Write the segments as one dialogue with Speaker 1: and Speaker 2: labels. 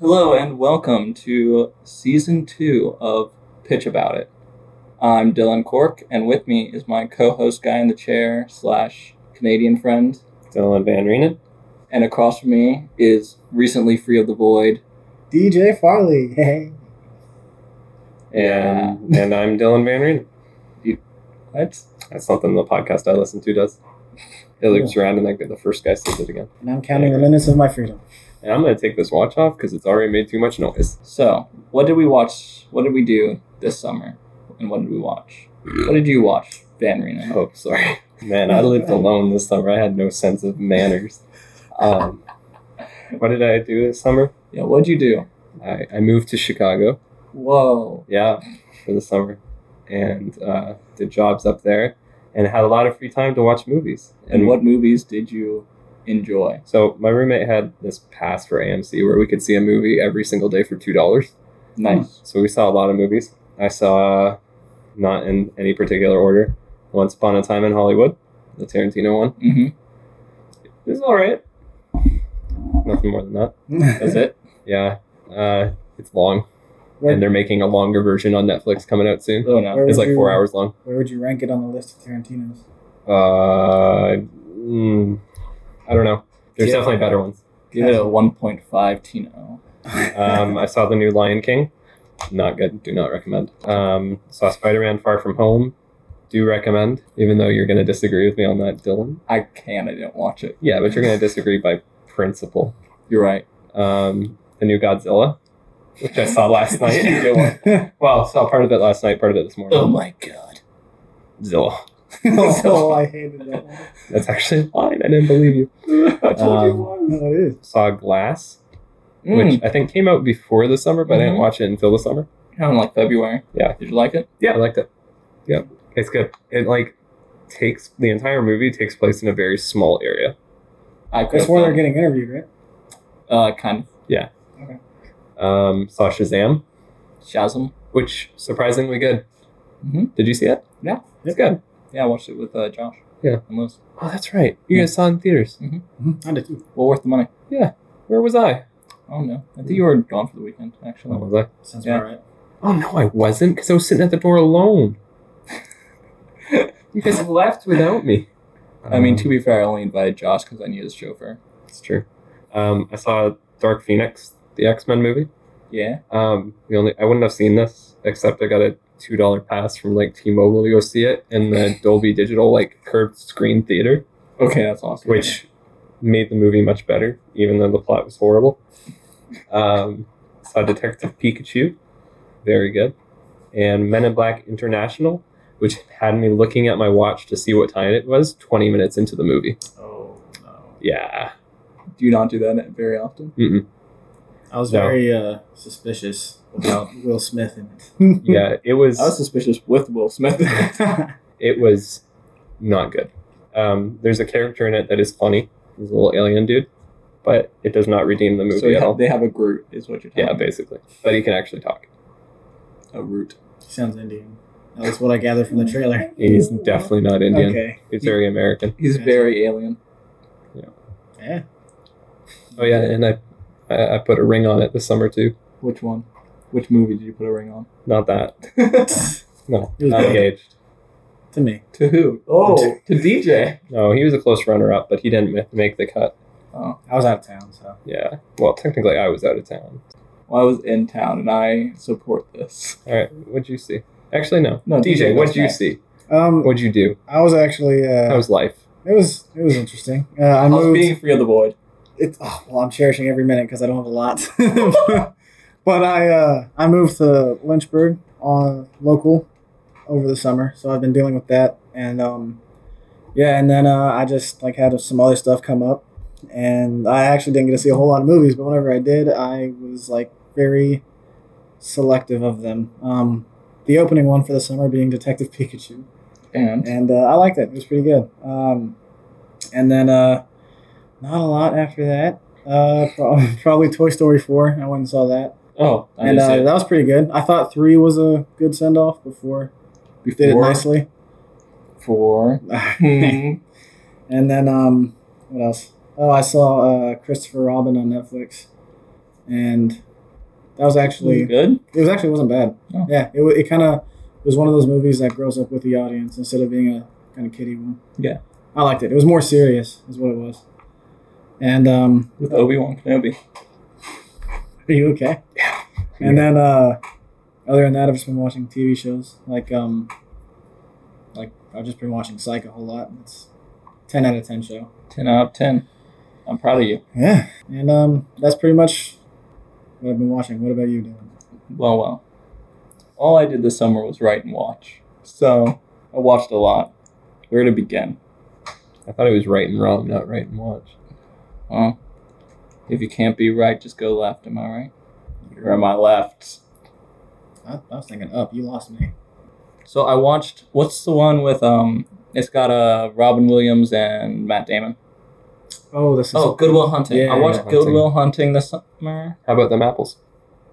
Speaker 1: Hello and welcome to season two of Pitch About It. I'm Dylan Cork, and with me is my co-host guy in the chair slash Canadian friend,
Speaker 2: Dylan Van Reenen.
Speaker 1: and across from me is recently free of the void.
Speaker 3: DJ Farley. Hey.
Speaker 2: And and I'm Dylan Van Reenen.
Speaker 1: What?
Speaker 2: That's something the podcast I listen to does. It loops around and then the first guy says it again.
Speaker 3: And I'm counting the minutes of my freedom.
Speaker 2: And I'm gonna take this watch off because it's already made too much noise.
Speaker 1: So, what did we watch? What did we do this summer? And what did we watch? What did you watch, Van Reno?
Speaker 2: Oh, sorry. Man, I lived alone this summer. I had no sense of manners. Um, what did I do this summer?
Speaker 1: Yeah, what'd you do?
Speaker 2: I, I moved to Chicago.
Speaker 1: Whoa.
Speaker 2: Yeah, for the summer, and uh, did jobs up there, and had a lot of free time to watch movies.
Speaker 1: And what movies did you enjoy?
Speaker 2: So my roommate had this pass for AMC where we could see a movie every single day for two dollars.
Speaker 1: Nice.
Speaker 2: So we saw a lot of movies. I saw, not in any particular order, Once Upon a Time in Hollywood, the Tarantino one.
Speaker 1: hmm
Speaker 2: It was all right. Nothing more than that.
Speaker 1: That's it.
Speaker 2: Yeah, uh, it's long,
Speaker 3: Where,
Speaker 2: and they're making a longer version on Netflix coming out soon.
Speaker 1: Oh no.
Speaker 3: Where
Speaker 2: It's
Speaker 3: would
Speaker 2: like
Speaker 3: you-
Speaker 2: four hours long.
Speaker 3: where would you rank it on the list of Tarantino's?
Speaker 2: Uh, mm, I don't know. There's
Speaker 1: Yeah.
Speaker 2: definitely better ones.
Speaker 1: Give it a 1.5 Tino.
Speaker 2: Um, I saw the new Lion King. Not good. Do not recommend. Um, saw Spider Man Far From Home. Do recommend, even though you're going to disagree with me on that, Dylan.
Speaker 1: I can. I didn't watch it.
Speaker 2: Yeah, but you're going to disagree by principle.
Speaker 1: You're right.
Speaker 2: Um, the new Godzilla, which I saw
Speaker 1: You
Speaker 2: last night.
Speaker 1: did watch-
Speaker 2: well, saw part of it last night, part of it this
Speaker 1: oh
Speaker 2: morning.
Speaker 1: my god.
Speaker 2: Zilla.
Speaker 3: oh, I hated that one.
Speaker 2: That's actually mine. I didn't believe you.
Speaker 1: I told you it
Speaker 2: Um,
Speaker 1: was.
Speaker 3: No, it is.
Speaker 2: Saw Glass,
Speaker 1: Mm,
Speaker 2: which I think came out before the summer, but I
Speaker 1: Mhm.
Speaker 2: didn't watch it until the summer.
Speaker 1: kind of like February.
Speaker 2: Yeah.
Speaker 1: Did you like it?
Speaker 2: Yeah, I liked it. Yeah, it's good. It like takes the entire movie takes place in a very small area.
Speaker 1: I could.
Speaker 3: That's where they're getting interviewed, right?
Speaker 1: Uh, kind of
Speaker 2: Um, saw Shazam,
Speaker 1: Shazam.
Speaker 2: which surprisingly good.
Speaker 1: Mhm.
Speaker 2: Did you see it?
Speaker 1: Yeah.
Speaker 2: it's good.
Speaker 1: Yeah, I watched it with uh, Josh.
Speaker 2: Yeah.
Speaker 1: And Liz.
Speaker 2: Oh, that's right. You guys saw it in theaters.
Speaker 3: I did too.
Speaker 1: Well worth the money.
Speaker 2: Where was I?
Speaker 1: Oh no. I think you were gone for the weekend,
Speaker 2: Oh,
Speaker 1: actually.
Speaker 2: was I?
Speaker 3: Sounds
Speaker 1: Yeah.
Speaker 3: about right.
Speaker 2: Oh no, I wasn't because I was sitting at the door alone. you guys left without me. Um,
Speaker 1: I mean, to be fair, I only invited Josh because I knew his chauffeur.
Speaker 2: it's true. Um, I saw Dark Phoenix, the X Men movie.
Speaker 1: Yeah.
Speaker 2: Um, the only I wouldn't have seen this except I got a two dollar pass from like T-Mobile to go see it in the Dolby Digital like curved screen theater,
Speaker 1: Okay, that's awesome.
Speaker 2: which made the movie much better, even though the plot was horrible. Um, saw Detective Pikachu, very good, and Men in Black International, which had me looking at my watch to see what time it was twenty minutes into the movie.
Speaker 3: Oh, no.
Speaker 2: Yeah,
Speaker 1: Do you not do that very often?
Speaker 3: I was
Speaker 2: No.
Speaker 3: very uh, suspicious about Will Smith in it.
Speaker 2: yeah, it was.
Speaker 1: I was suspicious with Will Smith.
Speaker 3: Hmm.
Speaker 2: it was not good. Um, there's a character in it that is funny. He's a little alien dude, but it does not redeem the movie
Speaker 1: so you
Speaker 2: at
Speaker 1: ha-
Speaker 2: all.
Speaker 1: they have a Groot, is what you're
Speaker 2: yeah,
Speaker 1: talking
Speaker 2: basically. But he can actually talk.
Speaker 1: about. A root.
Speaker 3: Sounds Indian. That was what I gathered from the trailer.
Speaker 2: He's definitely not Indian.
Speaker 3: Okay.
Speaker 2: He's very American.
Speaker 1: He's
Speaker 3: Gotcha.
Speaker 1: very alien.
Speaker 3: Yeah.
Speaker 2: Oh yeah, and I, I I put a ring on it this summer too.
Speaker 1: Which one? Which movie did you put a ring on?
Speaker 2: Not that. No,
Speaker 3: It was
Speaker 2: not
Speaker 3: bad.
Speaker 2: engaged.
Speaker 3: To me.
Speaker 1: to who? Oh, to DJ.
Speaker 2: No, he was a close runner-up, but he didn't ma- make the cut.
Speaker 1: Oh,
Speaker 3: I was out of town, so.
Speaker 2: Yeah. Well, technically, I was out of town.
Speaker 1: well, I was in town, and I support this.
Speaker 2: All right. What'd you see? Actually, no.
Speaker 1: No, DJ
Speaker 2: DJ,
Speaker 1: goes
Speaker 2: what'd you
Speaker 1: next.
Speaker 2: see?
Speaker 3: Um,
Speaker 2: What'd you do?
Speaker 3: I was actually. Uh,
Speaker 2: How was life?
Speaker 3: It was it was interesting. Uh, I
Speaker 1: I was
Speaker 3: moved.
Speaker 1: being free of the void.
Speaker 3: It's oh, well, I'm cherishing every minute because I don't have a lot. but I uh, I moved to Lynchburg on local over the summer, so I've been dealing with that, and um, yeah, and then uh, I just like had some other stuff come up, and I actually didn't get to see a whole lot of movies, but whenever I did, I was like very selective of them. Um, the opening one for the summer being Detective Pikachu
Speaker 1: And
Speaker 3: and uh, I liked it. It was pretty good. Um, and then uh, not a lot after that. Uh, pro- probably Toy Story four. I went and saw that,
Speaker 1: oh, I
Speaker 3: and
Speaker 1: did
Speaker 3: uh,
Speaker 1: see it.
Speaker 3: that was pretty good. I thought three was a good send off before
Speaker 1: before
Speaker 3: did it nicely.
Speaker 1: Four. Hmm.
Speaker 3: and then um, what else? Oh, I saw uh, Christopher Robin on Netflix, and That was actually
Speaker 1: good.
Speaker 3: it was actually wasn't bad.
Speaker 1: Oh.
Speaker 3: Yeah, it, wa- it kind of was one of those movies that grows up with the audience instead of being a kind of kiddie one.
Speaker 1: Yeah.
Speaker 3: I liked it. It was more serious, is what it was. And um,
Speaker 1: With Obi Wan Kenobi.
Speaker 3: are you okay? Yeah. And then uh, other than that, I've just been watching TV shows like um, like I've just been watching Psych a whole lot. It's ten out of ten show.
Speaker 1: Ten out of ten. I'm proud of you.
Speaker 3: Yeah. And um, that's pretty much what I've been watching. What about you, Dylan?
Speaker 1: Well, well. All I did this summer was write and watch. So I watched a lot. Where to begin?
Speaker 2: I thought it was right and wrong, not right and watch.
Speaker 1: Huh? If you can't be right, just go left. Am I right? Or am I left?
Speaker 3: I, I was thinking up. You lost me.
Speaker 1: So I watched. What's the one with um? It's got uh Robin Williams and Matt Damon.
Speaker 3: Oh, this is
Speaker 1: Oh, Goodwill Hunting.
Speaker 3: Yeah,
Speaker 1: I watched
Speaker 2: Hunting.
Speaker 1: Goodwill Hunting this summer.
Speaker 2: How about them apples?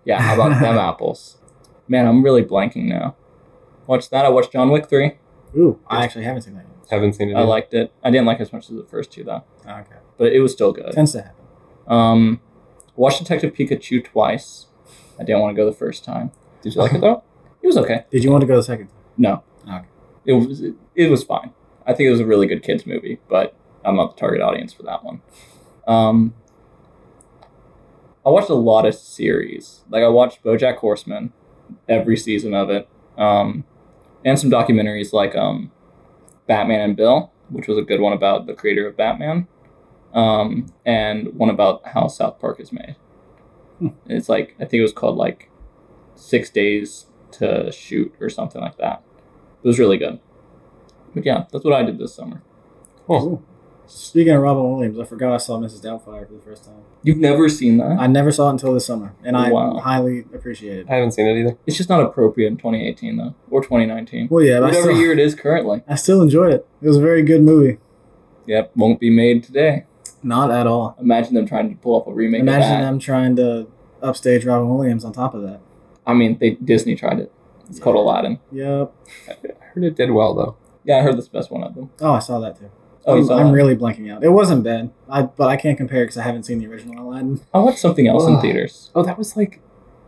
Speaker 1: Yeah, how about them apples? Man, I'm really blanking now. Watched that. I watched John Wick three.
Speaker 3: Ooh, I actually haven't seen that yet.
Speaker 2: Haven't seen it.
Speaker 1: I
Speaker 2: yet.
Speaker 1: liked it. I didn't like it as much as the first two though,
Speaker 3: Oh, okay.
Speaker 1: but it was still good.
Speaker 3: Tends to happen.
Speaker 1: Um, watched Detective Pikachu twice. I didn't want to go the first time.
Speaker 2: Did you like it though?
Speaker 1: It was okay.
Speaker 3: Did you want to go the second time?
Speaker 1: No.
Speaker 3: Okay.
Speaker 1: It was it, was fine. I think it was a really good kids movie, but I'm not the target audience for that one. Um, I watched a lot of series. Like I watched BoJack Horseman, every season of it, um, and some documentaries like um, Batman and Bill, which was a good one about the creator of Batman, um, and one about how South Park is made.
Speaker 3: Hmm.
Speaker 1: It's like I think it was called like six days to shoot or something like that. It was really good. But yeah, that's what I did this summer.
Speaker 2: Oh.
Speaker 3: Ooh. Speaking of Robin Williams, I forgot I saw Mrs. Doubtfire for the first time.
Speaker 1: You've never seen that?
Speaker 3: I never saw it until this summer, and I
Speaker 1: Wow.
Speaker 3: highly appreciate
Speaker 2: I
Speaker 3: it.
Speaker 2: haven't seen it either.
Speaker 1: It's just not appropriate in 2018 though, or 2019,
Speaker 3: Well, yeah, but I
Speaker 1: whatever
Speaker 3: still,
Speaker 1: year it is currently.
Speaker 3: I still enjoyed it. It was a very good movie.
Speaker 1: Yep, won't be made today.
Speaker 3: Not at all.
Speaker 1: Imagine them trying to pull off a remake. of
Speaker 3: Imagine
Speaker 1: that.
Speaker 3: them trying to upstage Robin Williams on top of that.
Speaker 1: I mean, they Disney tried it. It's called Aladdin.
Speaker 3: Yep.
Speaker 2: I heard it did well though.
Speaker 1: Yeah, I heard that's the best one of them.
Speaker 3: Oh, I saw that too.
Speaker 1: Oh, you
Speaker 3: I'm,
Speaker 1: saw
Speaker 3: I'm
Speaker 1: that?
Speaker 3: really blanking out. It wasn't bad, I, but I can't compare because I haven't seen the original Aladdin.
Speaker 1: I watched something else in
Speaker 2: Ugh.
Speaker 1: theaters.
Speaker 2: Oh, that was like.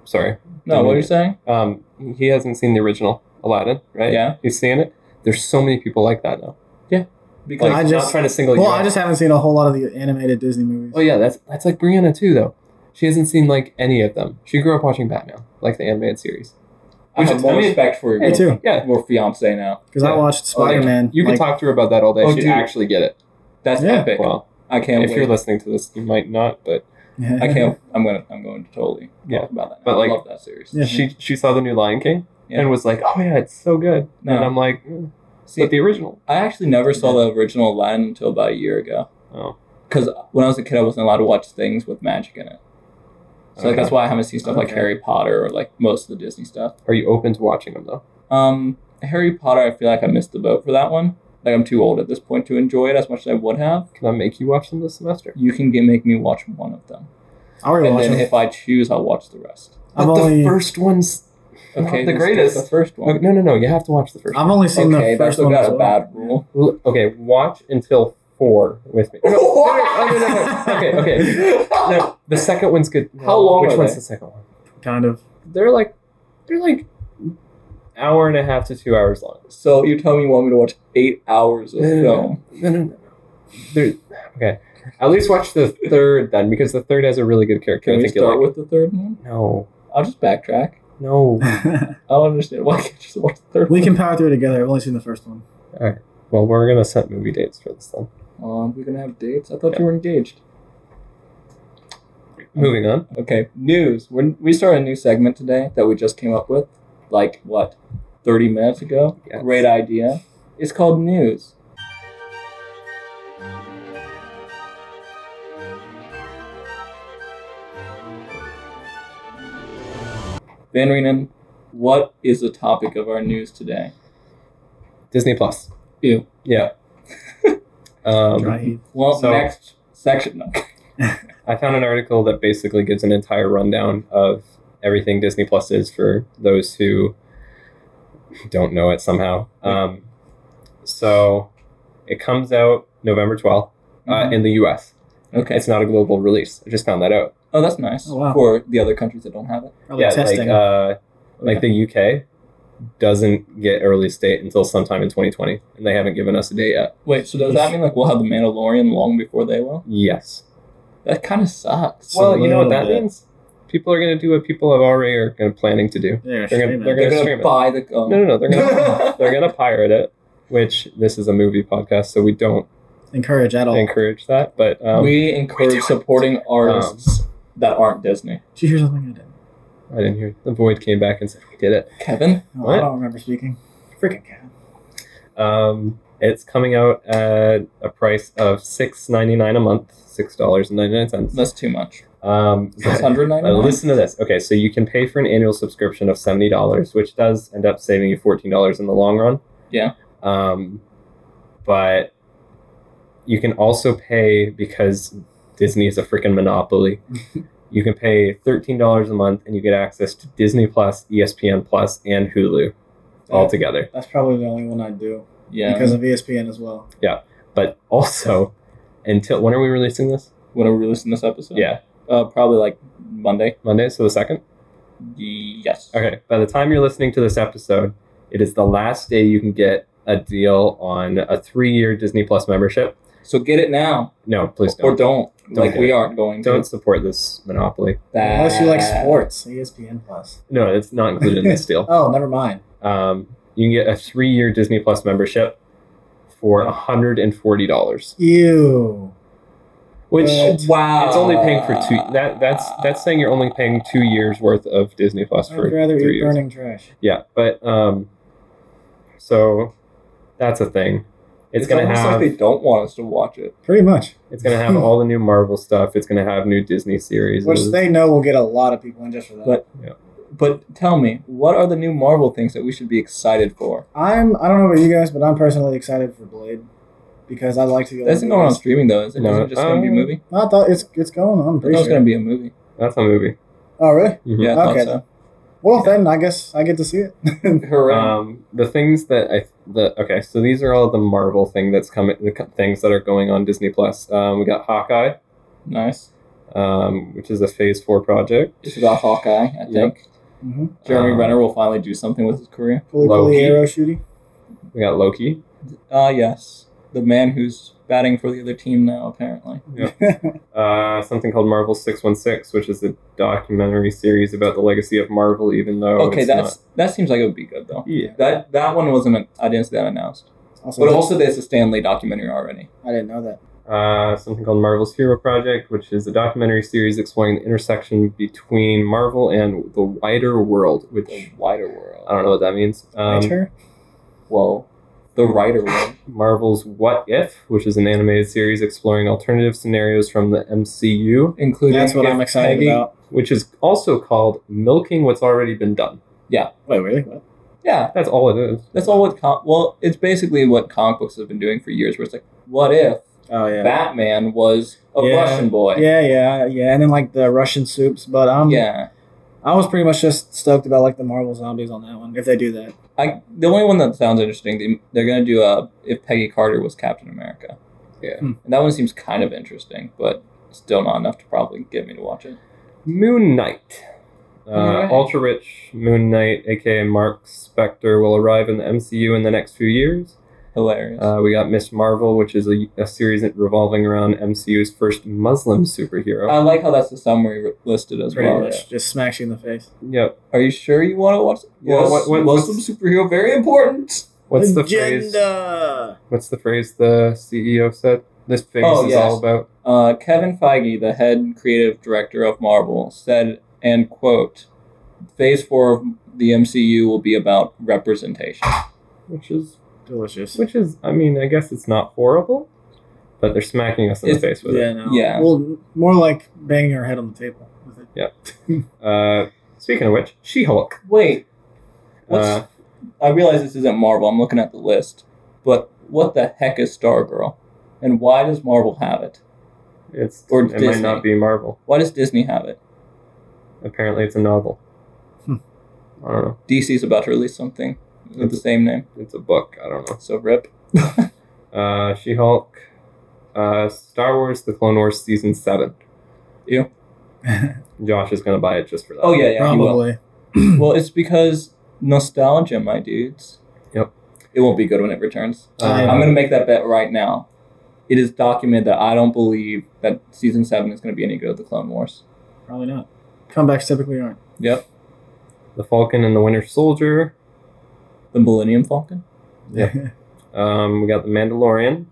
Speaker 2: Sorry.
Speaker 1: No, what are you saying?
Speaker 2: Um, he hasn't seen the original Aladdin, right?
Speaker 1: Yeah.
Speaker 2: He's seeing it. There's so many people like that now.
Speaker 1: Because
Speaker 2: Like,
Speaker 3: I
Speaker 2: I just
Speaker 3: just-
Speaker 2: not trying to
Speaker 1: Oh,
Speaker 2: single
Speaker 3: Well,
Speaker 2: you out.
Speaker 3: I just haven't seen a whole lot of the animated Disney movies.
Speaker 2: Oh yeah, that's that's like Brianna too though. She hasn't seen like any of them. She grew up watching Batman, like the animated series.
Speaker 1: I
Speaker 2: Which
Speaker 1: have
Speaker 2: is
Speaker 1: more
Speaker 2: nice.
Speaker 1: respect for
Speaker 3: Me
Speaker 1: your,
Speaker 3: too.
Speaker 2: Yeah,
Speaker 1: your fiance now.
Speaker 3: Because I
Speaker 2: Yeah.
Speaker 3: watched
Speaker 1: Oh, yeah.
Speaker 3: Spider Man.
Speaker 2: you can talk to her about that all day.
Speaker 1: Oh,
Speaker 2: She'd
Speaker 1: dude.
Speaker 2: actually get it.
Speaker 1: That's
Speaker 3: Yeah.
Speaker 1: epic.
Speaker 2: Well,
Speaker 1: I can't
Speaker 2: if
Speaker 1: wait.
Speaker 2: you're listening to this, you might not, but
Speaker 1: I can't. I'm gonna. I'm going to totally
Speaker 2: Yeah,
Speaker 1: talk about that.
Speaker 2: but,
Speaker 1: I
Speaker 2: like-
Speaker 1: love that series.
Speaker 3: Yeah.
Speaker 2: she she saw the new Lion King
Speaker 1: Yeah.
Speaker 2: and was like, "Oh yeah, it's so good."
Speaker 1: No.
Speaker 2: And I'm like, mm,
Speaker 1: See,
Speaker 2: "But the original."
Speaker 1: I actually never saw the original Aladdin until about a year ago.
Speaker 2: Oh,
Speaker 1: Because when I was a kid, I wasn't allowed to watch things with magic in it. So like,
Speaker 2: Okay.
Speaker 1: that's why I haven't seen stuff like
Speaker 3: Okay.
Speaker 1: Harry Potter or like most of the Disney stuff.
Speaker 2: are you open to watching them though?
Speaker 1: Um, Harry Potter, I feel like I missed the boat for that one. Like I'm too old at this point to enjoy it as much as I would have.
Speaker 2: Can I make you watch them this semester?
Speaker 1: You can get, make me watch one of them,
Speaker 3: I already
Speaker 1: and
Speaker 3: watched
Speaker 1: then
Speaker 3: it.
Speaker 1: if I choose, I'll watch the rest.
Speaker 3: I've
Speaker 2: But
Speaker 3: only
Speaker 2: the first one's
Speaker 1: let's do
Speaker 2: okay. The
Speaker 1: The
Speaker 2: greatest.
Speaker 1: first
Speaker 2: Okay,
Speaker 1: one.
Speaker 2: no, no, no. You have to watch the first.
Speaker 3: I've only seen
Speaker 1: okay,
Speaker 3: the
Speaker 1: that's
Speaker 3: first
Speaker 1: still
Speaker 3: one.
Speaker 1: got
Speaker 3: as
Speaker 1: a
Speaker 3: well.
Speaker 1: bad rule.
Speaker 2: L- Okay, watch until four with me. No, no, no, no, no, no, no. Okay, okay. No, the second one's good.
Speaker 1: How long
Speaker 2: Which
Speaker 1: are
Speaker 2: one's
Speaker 1: they?
Speaker 2: the second one?
Speaker 3: Kind of.
Speaker 2: They're like, they're like, hour and a half to two hours long.
Speaker 1: So you tell me you want me to watch eight hours of film?
Speaker 2: no, no, no. They're, okay, at least watch the third then, because the third has a really good character.
Speaker 1: Can
Speaker 2: I
Speaker 1: we
Speaker 2: think you'll
Speaker 1: start
Speaker 2: like.
Speaker 1: with the third one?
Speaker 2: No,
Speaker 1: I'll just backtrack.
Speaker 2: no.
Speaker 1: I don't understand why I can't just watch the third
Speaker 3: we
Speaker 1: one.
Speaker 3: can power through it together. I've only seen the first one.
Speaker 2: Well, we're gonna set movie dates for this then.
Speaker 1: Um, we're gonna have dates. I thought you were engaged.
Speaker 2: Moving on.
Speaker 1: Okay, news. We're, we started a new segment today that we just came up with, like what, thirty minutes ago.
Speaker 2: Yes.
Speaker 1: Great idea. It's called news. Van Reenen, what is the topic of our news today?
Speaker 2: Disney Plus.
Speaker 1: Ew.
Speaker 2: Yeah. um,
Speaker 3: Dry heat.
Speaker 1: Well,
Speaker 2: So-
Speaker 1: next section. No.
Speaker 2: I found an article that basically gives an entire rundown of everything Disney Plus is for those who don't know it somehow. Um, so it comes out November 12th uh, in the US.
Speaker 1: Mm-hmm. Okay.
Speaker 2: It's not a global release. I just found that out.
Speaker 1: Oh, that's nice
Speaker 3: Oh, wow.
Speaker 1: for the other countries that don't have it.
Speaker 3: Probably Oh, testing.
Speaker 2: like uh, like the UK doesn't get a release date until sometime in 2020, and they haven't given us a date yet.
Speaker 1: Wait, so does that mean like we'll have the Mandalorian long before they will?
Speaker 2: Yes.
Speaker 1: That kind of sucks.
Speaker 2: well, you know what that
Speaker 4: little bit.
Speaker 2: means. People are going to do what people have already are gonna planning to do.
Speaker 4: They're
Speaker 2: They're gonna-
Speaker 4: streaming.
Speaker 2: they're
Speaker 1: they're
Speaker 2: gonna
Speaker 1: gonna
Speaker 2: stream it.
Speaker 1: buy the. Um,
Speaker 2: No, no, no. They're gonna they're gonna pirate it. Which this is a movie podcast, so we don't
Speaker 3: encourage at all.
Speaker 2: encourage that. But um,
Speaker 1: we encourage
Speaker 2: do it. Um,
Speaker 1: supporting artists that aren't Disney.
Speaker 3: Did you hear something I did?
Speaker 2: I didn't hear. The void came back and said we did it.
Speaker 1: Kevin,
Speaker 3: No,
Speaker 2: What?
Speaker 3: Oh, I don't remember speaking. Freaking cat.
Speaker 2: Um, it's coming out at a price of six ninety nine a month, six dollars and ninety nine cents.
Speaker 1: that's too much.
Speaker 2: Um,
Speaker 1: That's hundred ninety
Speaker 2: Uh,
Speaker 1: nine.
Speaker 2: listen to this. Okay, so you can pay for an annual subscription of seventy dollars, which does end up saving you fourteen dollars in the long run.
Speaker 1: Yeah.
Speaker 2: Um, but you can also pay because Disney is a freaking monopoly. you can pay thirteen dollars a month, and you get access to Disney Plus, E ESPN Plus, and Hulu all together.
Speaker 3: That's probably the only one I'd do
Speaker 1: Yeah.
Speaker 3: because of E ESPN as well.
Speaker 2: But also, until when are we releasing this?
Speaker 1: when are we releasing this episode?
Speaker 2: Yeah,
Speaker 1: Uh, probably like Monday.
Speaker 2: Monday, so the second.
Speaker 1: Yes.
Speaker 2: Okay, by the time you're listening to this episode, it is the last day you can get a deal on a three year Disney Plus membership.
Speaker 1: So get it now,
Speaker 2: No, please
Speaker 1: or
Speaker 2: don't.
Speaker 1: don't.
Speaker 2: Don't
Speaker 1: like
Speaker 2: get
Speaker 1: we
Speaker 2: it.
Speaker 1: aren't going to.
Speaker 2: Don't support this monopoly.
Speaker 1: That-
Speaker 3: Unless you like sports, E ESPN Plus.
Speaker 2: No, it's not included in this deal.
Speaker 3: Oh, never mind.
Speaker 2: Um, you can get a three year Disney Plus membership for $140,
Speaker 3: Ew.
Speaker 2: which.
Speaker 3: Uh,
Speaker 1: Oh, Wow.
Speaker 2: it's only paying for two. That that's that's saying you're only paying two years worth of Disney Plus for
Speaker 3: I'd rather
Speaker 2: three
Speaker 3: eat
Speaker 2: years.
Speaker 3: burning trash.
Speaker 2: Yeah, but um, so that's a thing. It's, gonna
Speaker 1: almost
Speaker 2: have
Speaker 1: like they don't want us to watch it.
Speaker 3: Pretty much.
Speaker 2: It's gonna have all the new Marvel stuff. It's gonna have new Disney series.
Speaker 3: Which they know will get a lot of people in just for that.
Speaker 1: But- But tell me, what are the new Marvel things that we should be excited for?
Speaker 3: I'm I don't know about you guys, but I'm personally excited for Blade. Because I like to go
Speaker 1: That isn't going on streaming though, is it?
Speaker 2: No. Mm-hmm.
Speaker 1: Isn't it just going to be a
Speaker 2: Uh,
Speaker 1: movie?
Speaker 3: I thought it's it's going on, I'm
Speaker 1: I thought it
Speaker 3: pretty
Speaker 1: was
Speaker 3: sure.
Speaker 1: going to be a movie.
Speaker 2: That's a movie.
Speaker 3: Oh really?
Speaker 2: Mhm.
Speaker 1: Yeah, I
Speaker 3: Okay,
Speaker 1: thought
Speaker 3: Well then I guess I get to see it.
Speaker 1: so. Hooray.
Speaker 2: Um, the things that I the okay, so these are all the Marvel thing that's coming. The co- things that are going on Disney Plus. Um, we got Hawkeye,
Speaker 1: nice.
Speaker 2: um, which is a Phase Four project.
Speaker 1: It's about Hawkeye, I think.
Speaker 3: mm-hmm.
Speaker 1: Jeremy
Speaker 2: Um,
Speaker 1: Renner will finally do something with his career.
Speaker 3: Pulley
Speaker 2: Loki.
Speaker 3: pulley arrow shooting.
Speaker 2: We got Loki.
Speaker 1: Ah, yes. The man who's batting for the other team now, apparently.
Speaker 2: Uh, something called Marvel Six One Six, which is a documentary series about the legacy of Marvel. Even though
Speaker 1: okay,
Speaker 2: it's
Speaker 1: that's that seems like it would be good though.
Speaker 2: not, yeah.
Speaker 1: That that one wasn't. I didn't see that announced.
Speaker 3: Also,
Speaker 1: But also, there's a Stanley documentary already.
Speaker 3: I didn't know that.
Speaker 2: uh, something called Marvel's Hero Project, which is a documentary series exploring the intersection between Marvel and the wider world. Which
Speaker 1: The wider world.
Speaker 2: I don't know what that means. Um,
Speaker 3: Later?
Speaker 1: Whoa. The writer world.
Speaker 2: Marvel's What If, which is an animated series exploring alternative scenarios from the MCU,
Speaker 1: Including
Speaker 3: That's what
Speaker 1: if
Speaker 3: I'm excited
Speaker 1: Peggy-
Speaker 3: about.
Speaker 2: which is also called Milking What's Already Been Done.
Speaker 3: Wait, really? What?
Speaker 1: Yeah,
Speaker 2: That's all it is.
Speaker 1: that's all what. Com- well, it's basically what comic books have been doing for years. Where it's like, what if
Speaker 3: Oh yeah.
Speaker 1: Batman was a
Speaker 2: Yeah.
Speaker 1: Russian boy?
Speaker 3: yeah, yeah, yeah, and then like the Russian soups, but um,
Speaker 1: Yeah.
Speaker 3: I was pretty much just stoked about like the Marvel zombies on that one. If they do that,
Speaker 1: I the only one that sounds interesting. They, they're gonna do a if Peggy Carter was Captain America.
Speaker 2: Yeah.
Speaker 3: Hmm.
Speaker 1: And that one seems kind of interesting, but still not enough to probably get me to watch it.
Speaker 2: Moon Knight. Uh,
Speaker 1: Alright.
Speaker 2: Ultra rich Moon Knight, aka Mark Spector, will arrive in the MCU in the next few years.
Speaker 1: Hilarious.
Speaker 2: Uh, we got Miss Marvel, which is a, a series that revolving around MCU's first Muslim superhero.
Speaker 1: I like how that's the summary r- listed as
Speaker 3: pretty
Speaker 1: well.
Speaker 3: much just smacks you in the face.
Speaker 2: yep.
Speaker 1: Are you sure you want to watch?
Speaker 2: Well,
Speaker 1: Yes,
Speaker 2: what- what-
Speaker 1: Muslim superhero, very important.
Speaker 2: What's the phrase?
Speaker 3: Agenda.
Speaker 2: What's the phrase the CEO said? This phase
Speaker 1: Oh,
Speaker 2: is
Speaker 1: yes.
Speaker 2: all about.
Speaker 1: Uh, Kevin Feige, the head creative director of Marvel, said, and quote, Phase 4 of the MCU will be about representation.
Speaker 2: Which is,
Speaker 3: Delicious.
Speaker 2: which is. I mean, I guess it's not horrible, but they're smacking us in the
Speaker 1: It's-
Speaker 2: face with it.
Speaker 3: yeah, no.
Speaker 1: Yeah.
Speaker 3: Well, more like banging our head on the table. with it.
Speaker 2: Uh, speaking of which, She-Hulk.
Speaker 1: Wait, what's,
Speaker 2: Uh,
Speaker 1: I realize this isn't Marvel, I'm looking at the list, but what the heck is Stargirl? And why does Marvel have it?
Speaker 2: it's
Speaker 1: Or
Speaker 2: it might
Speaker 1: Disney.
Speaker 2: not be Marvel.
Speaker 1: Why does Disney have it?
Speaker 2: Apparently, it's a novel.
Speaker 3: Hmm.
Speaker 2: I don't know.
Speaker 1: DC's about to release something with the same name,
Speaker 2: It's a book. I don't know.
Speaker 1: so rip.
Speaker 2: Uh, She Hulk, uh, Star Wars: The Clone Wars season seven.
Speaker 1: Ew.
Speaker 2: Josh is gonna buy it just for that.
Speaker 1: Oh, yeah, yeah. you will.
Speaker 3: Probably.
Speaker 1: Well, it's because nostalgia, my dudes.
Speaker 2: Yep.
Speaker 1: It won't be good when it returns.
Speaker 2: Uh,
Speaker 3: I-
Speaker 1: I'm gonna make that bet right now. It is documented that I don't believe that season seven is gonna be any good of the Clone Wars.
Speaker 3: Probably not. Comebacks typically aren't.
Speaker 1: Yep.
Speaker 2: the Falcon and the Winter Soldier.
Speaker 1: The Millennium Falcon.
Speaker 2: Yeah. Um, we got the Mandalorian,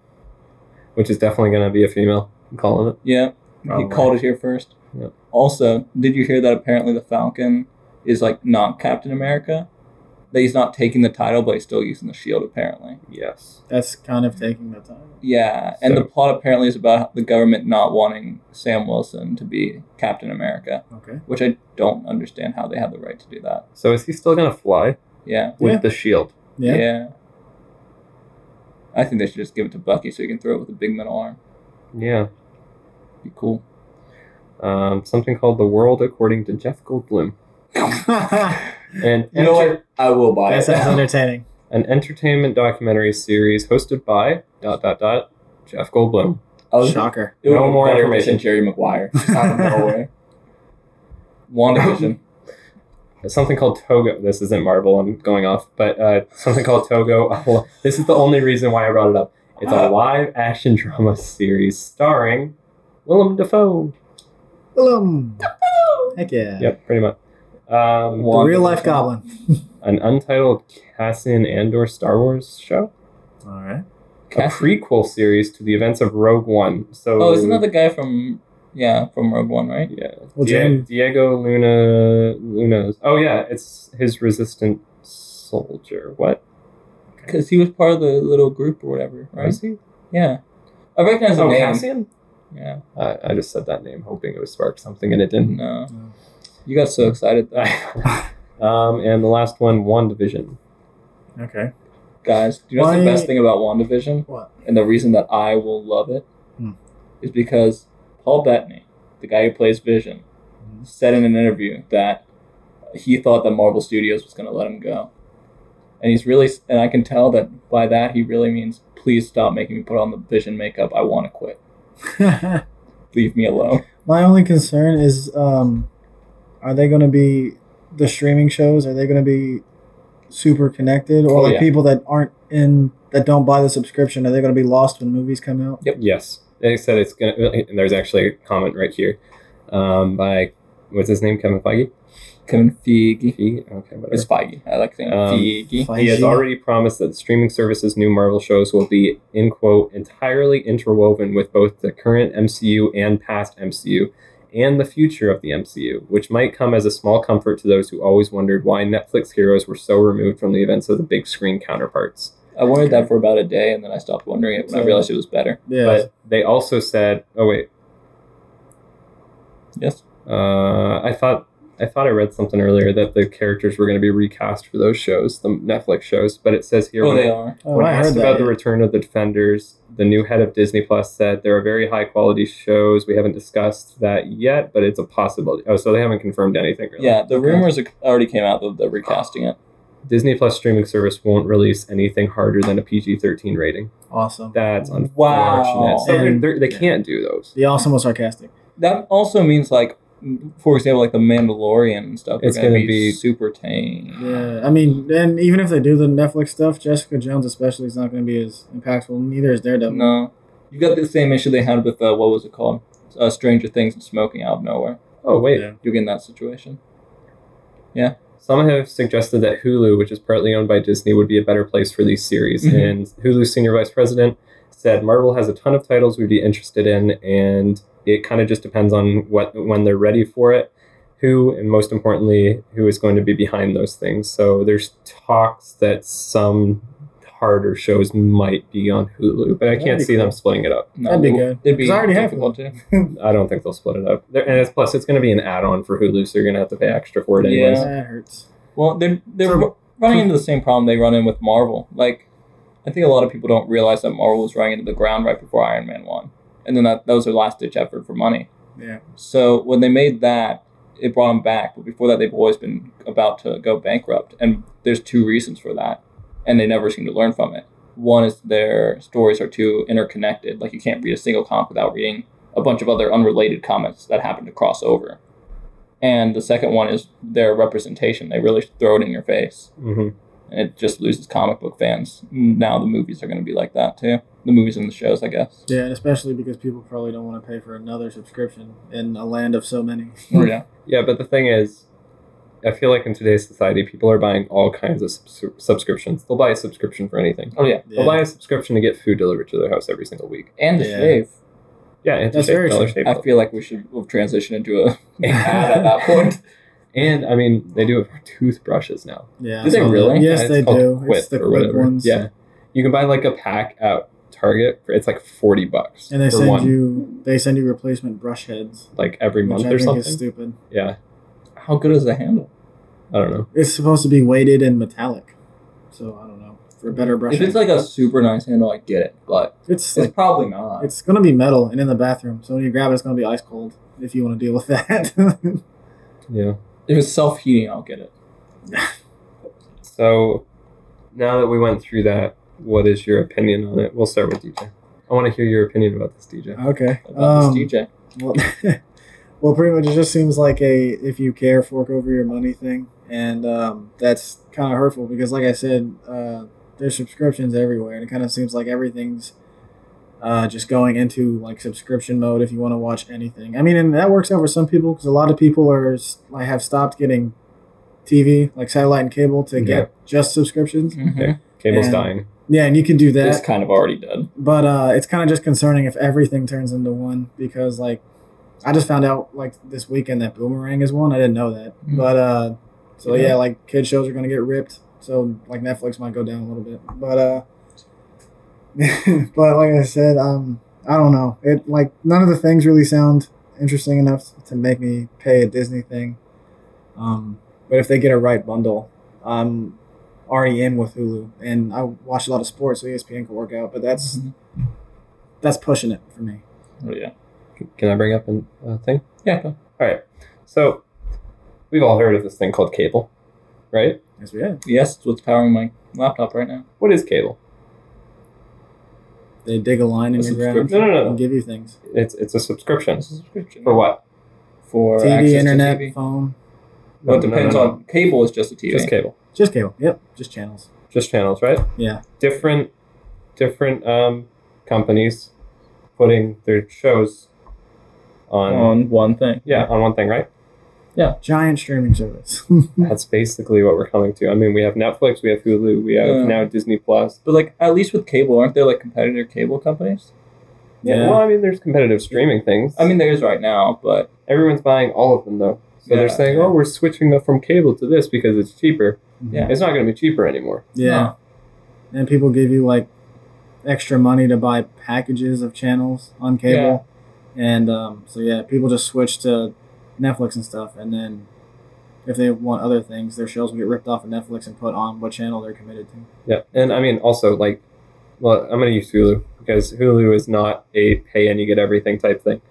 Speaker 2: which is definitely gonna be a female. I'm calling it.
Speaker 1: Yeah. You called it here first.
Speaker 2: Yep.
Speaker 1: Also, did you hear that apparently the Falcon is like not Captain America? That he's not taking the title, but he's still using the shield apparently.
Speaker 2: Yes.
Speaker 3: That's kind of taking the time.
Speaker 1: Yeah, and the
Speaker 2: So-
Speaker 1: plot apparently is about the government not wanting Sam Wilson to be Captain America,
Speaker 3: Okay.
Speaker 1: which I don't understand how they have the right to do that.
Speaker 2: So is he still gonna fly
Speaker 1: Yeah.
Speaker 2: with
Speaker 3: Yeah.
Speaker 2: the shield?
Speaker 3: Yeah.
Speaker 1: I think they should just give it to Bucky so he can throw it with a big metal arm.
Speaker 2: Yeah.
Speaker 1: Be cool.
Speaker 2: Um, something called the World According to Jeff Goldblum. And
Speaker 3: You know
Speaker 2: enter-
Speaker 1: I will buy
Speaker 3: that sounds entertaining.
Speaker 2: an entertainment documentary series hosted by dot dot dot Jeff Goldblum.
Speaker 1: I was,
Speaker 3: Shocker.
Speaker 1: it would
Speaker 2: No
Speaker 1: have
Speaker 2: more
Speaker 1: been better if they
Speaker 2: information.
Speaker 1: said Jerry Maguire. Just out of nowhere. WandaVision.
Speaker 2: something called Togo. This isn't Marvel. I'm going off, but uh, something called Togo. this is the only reason why I brought it up. It's
Speaker 3: Ah.
Speaker 2: a live action drama series starring Willem Dafoe.
Speaker 3: Boom. Heck yeah.
Speaker 2: Yep, pretty much. Um,
Speaker 1: Wa-
Speaker 3: The real life
Speaker 1: WandaVision.
Speaker 3: goblin.
Speaker 2: an untitled Cassian Andor Star Wars show,
Speaker 3: All right.
Speaker 2: a
Speaker 1: Cass-
Speaker 2: prequel series to the events of Rogue One. So,
Speaker 1: oh, isn't that the guy from yeah from Rogue One, right?
Speaker 2: yeah?
Speaker 3: Well,
Speaker 2: Die-
Speaker 3: Jane-
Speaker 2: Diego Luna Luna's. Oh yeah, it's his resistant soldier. What
Speaker 1: Because he was part of the little group or whatever, right?
Speaker 2: was he?
Speaker 1: Yeah, I recognize the
Speaker 2: Oh,
Speaker 1: name.
Speaker 2: Cassian.
Speaker 1: Yeah,
Speaker 2: I I just said that name hoping it would spark something, and it didn't.
Speaker 1: no, you got so excited, though.
Speaker 2: um, and the last one, WandaVision.
Speaker 3: Okay.
Speaker 1: guys. Do you know what's the
Speaker 3: Why-
Speaker 1: best thing about Wandavision?
Speaker 3: What?
Speaker 1: and the reason that I will love it is
Speaker 3: Hmm.
Speaker 1: because Paul Bettany, the guy who plays Vision,
Speaker 3: Mhm.
Speaker 1: said in an interview that he thought that Marvel Studios was going to let him go, and he's really and I can tell that by that he really means please stop making me put on the Vision makeup. I want to quit. Leave me alone.
Speaker 3: My only concern is um, are they going to be the streaming shows? Are they going to be super connected? Or
Speaker 1: Oh,
Speaker 3: like
Speaker 1: yeah.
Speaker 3: people that aren't in, that don't buy the subscription, are they going to be lost when movies come out?
Speaker 2: Yes, they said it's gonna. And there's actually a comment right here, um, by what's his name, Kevin Feige.
Speaker 1: Kevin Feige.
Speaker 2: He okay, whatever.
Speaker 1: It's Feige. I like saying
Speaker 2: Um,
Speaker 1: Feige.
Speaker 3: Feige.
Speaker 2: He has already promised that the streaming services' new Marvel shows will be, in quote, entirely interwoven with both the current MCU and past MCU and the future of the MCU, which might come as a small comfort to those who always wondered why Netflix heroes were so removed from the events of the big screen counterparts.
Speaker 1: I wondered that for about a day, and then I stopped wondering it when I
Speaker 3: So-
Speaker 1: realized it was better.
Speaker 3: Yeah.
Speaker 2: But they also said, oh, wait,
Speaker 1: Yes.
Speaker 2: Uh, I thought I thought I read something earlier that the characters were going to be recast for those shows, the Netflix shows. But it says here
Speaker 1: Oh,
Speaker 2: when,
Speaker 1: they are.
Speaker 3: oh,
Speaker 2: when
Speaker 3: I heard
Speaker 2: asked
Speaker 3: that.
Speaker 2: about the return of the Defenders, the new head of Disney Plus said there are very high quality shows. We haven't discussed that yet, but it's a possibility. Oh, so they haven't confirmed anything. Really.
Speaker 1: Yeah, the
Speaker 3: Okay.
Speaker 1: rumors already came out that they're recasting it.
Speaker 2: Disney Plus streaming service won't release anything harder than a PG thirteen rating.
Speaker 3: awesome.
Speaker 2: That's unfortunate.
Speaker 1: Wow.
Speaker 2: So they're,
Speaker 3: And-
Speaker 2: they're, they can't do those.
Speaker 3: The awesome was sarcastic.
Speaker 1: That also means like, for example, like the Mandalorian and stuff. are
Speaker 2: It's
Speaker 1: gonna,
Speaker 2: gonna
Speaker 1: be,
Speaker 2: be-
Speaker 1: super tame.
Speaker 3: Yeah, I mean, and even if they do the Netflix stuff, Jessica Jones especially is not going to be as impactful. Neither is Daredevil.
Speaker 1: No, you got the same issue they had with uh, what was it called? Uh, Stranger Things and smoking out of nowhere.
Speaker 2: Oh wait,
Speaker 3: Yeah.
Speaker 1: You're getting that situation.
Speaker 2: Some have suggested that Hulu, which is partly owned by Disney, would be a better place for these series.
Speaker 3: Mm-hmm.
Speaker 1: Mhm.
Speaker 2: And Hulu's senior vice president said Marvel has a ton of titles we'd be interested in, and it kind of just depends on what when they're ready for it, who, and most importantly, who is going to be behind those things. So there's talks that some harder shows might be on Hulu, but I
Speaker 3: That'd
Speaker 2: can't
Speaker 3: be
Speaker 2: see them
Speaker 3: cool.
Speaker 2: splitting it up.
Speaker 1: No,
Speaker 3: That'd be
Speaker 1: it-
Speaker 3: good.
Speaker 1: It'd be
Speaker 3: 'Cause I already have
Speaker 1: difficult to.
Speaker 2: I don't think they'll split it up. There, and it's, plus, it's going to be an add-on for Hulu, so you're going to have to pay extra for it
Speaker 1: Yeah.
Speaker 2: anyways.
Speaker 3: That hurts.
Speaker 1: Well, they're they're
Speaker 3: So- Hmm.
Speaker 1: running into the same problem they run in with Marvel. Like, I think a lot of people don't realize that Marvel was running into the ground right before Iron Man one, and then that that was their last ditch effort for money.
Speaker 3: Yeah.
Speaker 1: So when they made that, it brought them back. But before that, they've always been about to go bankrupt, and there's two reasons for that, and they never seem to learn from it. One is their stories are too interconnected. Like you can't read a single comic without reading a bunch of other unrelated comics that happen to cross over. And the second one is their representation. They really throw it in your face
Speaker 2: hmm
Speaker 1: and it just loses comic book fans. Now the movies are going to be like that too. The movies and the shows, I guess.
Speaker 3: Yeah, and especially because people probably don't want to pay for another subscription in a land of so many.
Speaker 1: Oh, Yeah.
Speaker 2: Yeah, but the thing is, I feel like in today's society, people are buying all kinds of subs- subscriptions. They'll buy a subscription for anything.
Speaker 1: Oh yeah,
Speaker 2: They'll buy a subscription to get food delivered to their house every single week.
Speaker 1: and the
Speaker 3: Yeah.
Speaker 1: shave.
Speaker 2: Yeah, and to
Speaker 3: That's
Speaker 2: shave-
Speaker 3: very
Speaker 2: dollar
Speaker 3: true.
Speaker 2: shave
Speaker 1: I
Speaker 2: club.
Speaker 1: feel like we should have transitioned into a an ad at that point.
Speaker 2: And I mean, they do it for toothbrushes now.
Speaker 3: Yeah.
Speaker 1: Do they
Speaker 3: I saw that.
Speaker 1: really?
Speaker 2: Yeah,
Speaker 3: Yes,
Speaker 2: it's
Speaker 3: they
Speaker 2: called
Speaker 3: do.
Speaker 2: Quip
Speaker 3: it's the
Speaker 2: or
Speaker 3: quick
Speaker 2: whatever.
Speaker 3: ones.
Speaker 2: Yeah, you can buy like a pack at Target. For, it's like forty bucks
Speaker 3: And they
Speaker 2: for
Speaker 3: send
Speaker 2: one,
Speaker 3: you they send you replacement brush heads,
Speaker 2: like every
Speaker 3: which
Speaker 2: month
Speaker 3: I
Speaker 2: or
Speaker 3: think
Speaker 2: something.
Speaker 3: is stupid.
Speaker 2: yeah,
Speaker 1: How good is the handle?
Speaker 2: I don't know.
Speaker 3: It's supposed to be weighted and metallic, so I don't know for better brushing.
Speaker 1: If it's like a super nice handle, I get it, but
Speaker 3: it's
Speaker 1: it's
Speaker 3: like
Speaker 1: probably not.
Speaker 3: it's gonna be metal and in the bathroom, so when you grab it, it's gonna be ice cold if you want to deal with that.
Speaker 2: Yeah.
Speaker 1: if it's self heating, I'll get it.
Speaker 2: So now that we went through that, what is your opinion on it? We'll start with DJ. I want to hear your opinion about this DJ.
Speaker 3: okay.
Speaker 1: About
Speaker 3: um,
Speaker 1: this DJ,
Speaker 3: Well, well, pretty much it just seems like a if you care, fork over your money thing, and um, that's kind of hurtful because, like I said, uh, there's subscriptions everywhere, and it kind of seems like everything's uh, just going into like subscription mode if you want to watch anything. I mean, and that works out for some people because a lot of people are s- like have stopped getting TV, like satellite and cable, to
Speaker 2: Yeah.
Speaker 3: get just subscriptions.
Speaker 1: Mhm.
Speaker 2: Cable's
Speaker 3: And-
Speaker 2: dying.
Speaker 3: Yeah, and you can do that
Speaker 1: it's kind of already dead.
Speaker 3: but uh, it's kind of just concerning if everything turns into one because like i just found out like this weekend that boomerang is one i didn't know that
Speaker 1: Mhm.
Speaker 3: but uh so
Speaker 1: Yeah.
Speaker 3: yeah. like kid shows are gonna get ripped so like netflix might go down a little bit but uh but like i said um i don't know it like none of the things really sound interesting enough to make me pay a disney thing um but if they get a right bundle i'm already in with hulu and i watch a lot of sports so E espn can work out but that's
Speaker 1: Mhm.
Speaker 3: that's pushing it for me.
Speaker 1: Oh, yeah,
Speaker 2: Can I bring up an- a thing?
Speaker 1: yeah. no.
Speaker 2: All right. So we've all heard of this thing called cable, right?
Speaker 3: Yes, we have.
Speaker 1: Yes, it's what's powering my laptop right now.
Speaker 2: What is cable?
Speaker 3: They dig a line in
Speaker 1: A
Speaker 3: your ground
Speaker 2: No, no, no.
Speaker 3: and give you things.
Speaker 2: It's it's a subscription
Speaker 1: It's a subscription
Speaker 2: for what?
Speaker 1: for access
Speaker 3: TV,
Speaker 1: to
Speaker 3: internet,
Speaker 1: TV.
Speaker 3: phone,
Speaker 1: Well, it
Speaker 2: No, no,
Speaker 1: depends
Speaker 2: no, no.
Speaker 1: on cable is just a TV.
Speaker 2: just cable,
Speaker 3: just cable. Yep, just channels.
Speaker 2: just channels, right?
Speaker 3: Yeah.
Speaker 2: Different different um, companies putting their shows on
Speaker 1: on one thing.
Speaker 2: yeah on one thing, right?
Speaker 3: Giant streaming service.
Speaker 2: That's basically what we're coming to. I mean, we have Netflix, we have Hulu, we have
Speaker 1: Yeah.
Speaker 2: now Disney Plus.
Speaker 1: But like at least with cable, aren't there like competitor cable companies?
Speaker 2: Yeah.
Speaker 3: Yeah.
Speaker 2: Well, I mean, there's competitive streaming things.
Speaker 1: I mean, there is right now, but
Speaker 2: everyone's buying all of them though. So
Speaker 1: Yeah.
Speaker 2: they're saying, "Oh, we're switching up from cable to this because it's cheaper."
Speaker 1: Yeah.
Speaker 2: It's not going to be cheaper anymore.
Speaker 3: yeah. And people give you like extra money to buy packages of channels on cable. And um, so, yeah, people just switch to Netflix and stuff. And then if they want other things, their shows will get ripped off of Netflix and put on what channel they're committed to.
Speaker 2: Yeah, and I mean, also like, well, I'm going to use Hulu because Hulu is not a pay and you get everything type thing.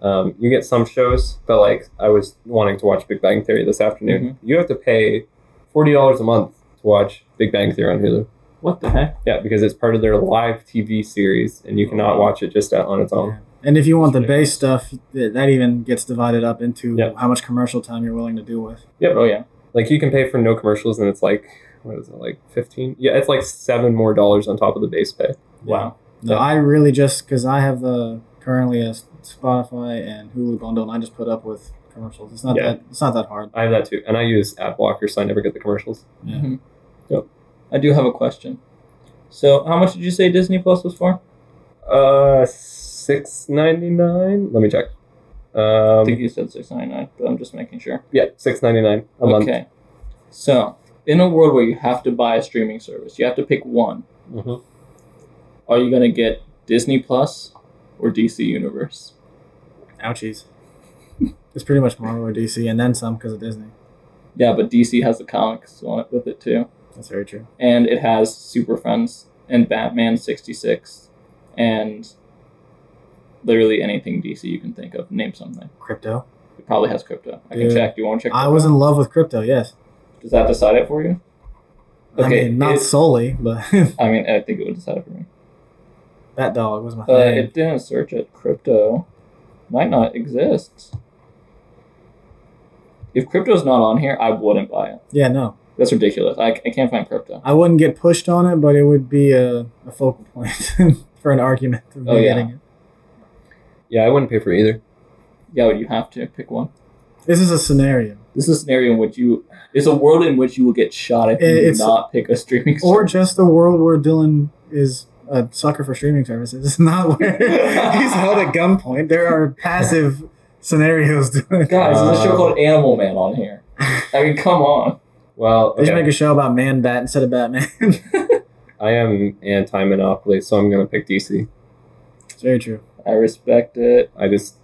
Speaker 2: Um, you get some shows, but like I was wanting to watch Big Bang Theory this afternoon.
Speaker 1: Mm-hmm.
Speaker 2: You have to pay forty dollars a month to watch Big Bang Theory on Hulu.
Speaker 1: what the heck?
Speaker 2: Yeah, because it's part of their live TV series, and you cannot watch it just out on its own.
Speaker 3: And if you want the
Speaker 1: Oh. That's
Speaker 3: base stuff, th- that even gets divided up into
Speaker 2: Yeah.
Speaker 3: how much commercial time you're willing to deal with.
Speaker 1: Oh yeah,
Speaker 2: Like you can pay for no commercials, and it's like what is it like fifteen? Yeah, it's like seven more dollars on top of the base pay.
Speaker 1: wow.
Speaker 3: No,
Speaker 2: Yeah.
Speaker 3: I really just because I have the currently a S- Spotify and Hulu bundle, and I just put up with commercials. It's not
Speaker 2: Yeah.
Speaker 3: that it's not that hard.
Speaker 2: I have that too, and I use ad blocker, so I never get the commercials.
Speaker 3: Yeah.
Speaker 1: Mhm.
Speaker 2: Yep.
Speaker 1: I do have a question. So, how much did you say Disney Plus was for?
Speaker 2: Uh, six ninety nine. Let me check.
Speaker 1: I think
Speaker 2: Um,
Speaker 1: you said six ninety nine, but I'm just making sure.
Speaker 2: yeah, six ninety nine a month.
Speaker 1: okay. So, in a world where you have to buy a streaming service, you have to pick one.
Speaker 2: Mhm.
Speaker 1: Are you gonna get Disney Plus or DC Universe?
Speaker 3: Ouchies. it's pretty much Marvel or DC, and then some because of Disney.
Speaker 1: Yeah, but DC has the comics on it with it too.
Speaker 3: That's very true.
Speaker 1: and it has Super Friends and Batman 66 and literally anything DC you can think of. Name something.
Speaker 3: Crypto.
Speaker 1: It probably has crypto. I can
Speaker 3: Yeah.
Speaker 1: check. Do you want to check?
Speaker 3: I
Speaker 1: that?
Speaker 3: was in love with crypto. Yes.
Speaker 1: Does that decide it for you? Okay,
Speaker 3: I mean, not
Speaker 1: it-
Speaker 3: solely, but
Speaker 1: I mean, I think it would decide it for me.
Speaker 3: that dog was my
Speaker 1: Uh,
Speaker 3: thing.
Speaker 1: it didn't search it. Crypto. might not exist. If crypto's not on here, I wouldn't buy it.
Speaker 3: Yeah, no,
Speaker 1: That's ridiculous. I, I can't find crypto.
Speaker 3: I wouldn't get pushed on it, but it would be a, a focal point for an argument of
Speaker 1: Oh,
Speaker 3: me
Speaker 1: yeah.
Speaker 3: getting it.
Speaker 2: Yeah, I wouldn't pay for either.
Speaker 1: Yeah, but you have to pick one.
Speaker 3: This is a scenario,
Speaker 1: This is a scenario in which you. It's a world in which you will get shot if you
Speaker 3: It-
Speaker 1: do
Speaker 3: it's-
Speaker 1: not pick a streaming.
Speaker 3: or
Speaker 1: service.
Speaker 3: just the world where Dylan is a sucker for streaming services. It's not where he's held at gunpoint. There are passive scenarios. To it.
Speaker 1: guys, there's a show
Speaker 2: Uh,
Speaker 1: called Animal Man on here. I mean, come on.
Speaker 2: Well,
Speaker 3: They should
Speaker 2: okay.
Speaker 3: make a show about Man Bat instead of Batman.
Speaker 2: I am anti Monopoly, so I'm going to pick DC.
Speaker 3: it's very true.
Speaker 1: I respect it.
Speaker 2: I just.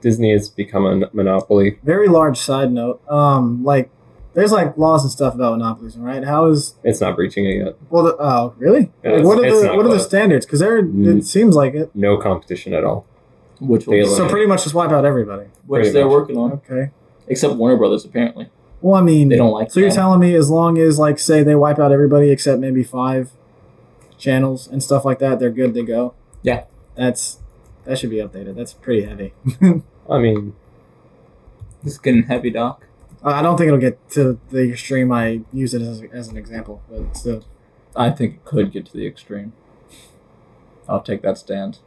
Speaker 2: Disney has become a monopoly.
Speaker 3: Very large side note. Um, like there's like laws and stuff about monopolies, right? How is
Speaker 2: It's not breaching it yet.
Speaker 3: well? The, oh, really?
Speaker 2: Yeah,
Speaker 3: like, what are
Speaker 2: it's- it's
Speaker 3: the
Speaker 2: not
Speaker 3: what are the
Speaker 2: close.
Speaker 3: standards? Because there,
Speaker 2: Mm.
Speaker 3: it seems like it.
Speaker 2: No competition at all.
Speaker 1: Which
Speaker 2: They
Speaker 1: will
Speaker 2: look-
Speaker 1: so
Speaker 3: So pretty much just wipe out everybody.
Speaker 1: which
Speaker 2: pretty
Speaker 1: they're
Speaker 2: much.
Speaker 1: working on,
Speaker 3: Okay.
Speaker 1: except Warner Brothers apparently.
Speaker 3: Well, I mean,
Speaker 1: They don't like
Speaker 3: So you're
Speaker 1: that.
Speaker 3: telling me as long as like say they wipe out everybody except maybe five channels and stuff like that, they're good to go.
Speaker 1: Yeah.
Speaker 3: That's that should be updated. That's pretty heavy.
Speaker 2: I mean,
Speaker 1: This is getting heavy, doc.
Speaker 3: I I don't think it'll get to the extreme I use it as, as an example, but still.
Speaker 1: I think it could get to the extreme. I'll take that stand.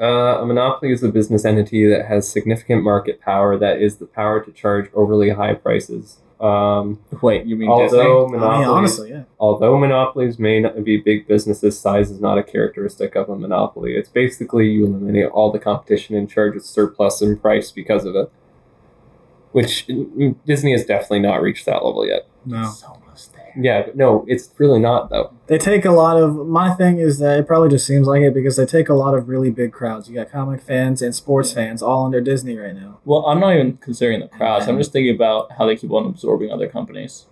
Speaker 2: Uh, a monopoly is a business entity that has significant market power, that is, the power to charge overly high prices. Um,
Speaker 1: Wait, you mean
Speaker 2: although,
Speaker 3: I mean,
Speaker 2: monopolies,
Speaker 3: honestly, yeah.
Speaker 2: although monopolies may not be big businesses, size is not a characteristic of a monopoly. It's basically you eliminate all the competition and charge a surplus in price because of it. Which mm, Disney has definitely not reached that level yet.
Speaker 1: Disney?
Speaker 3: No.
Speaker 1: It's almost there.
Speaker 2: Yeah, but no, it's really not though.
Speaker 3: They take a lot of my thing is that it probably just seems like it because they take a lot of really big crowds. You got comic fans and sports fans all under Disney right now.
Speaker 1: Well, I'm not even considering the crowds. I'm just thinking about how they keep on absorbing other companies.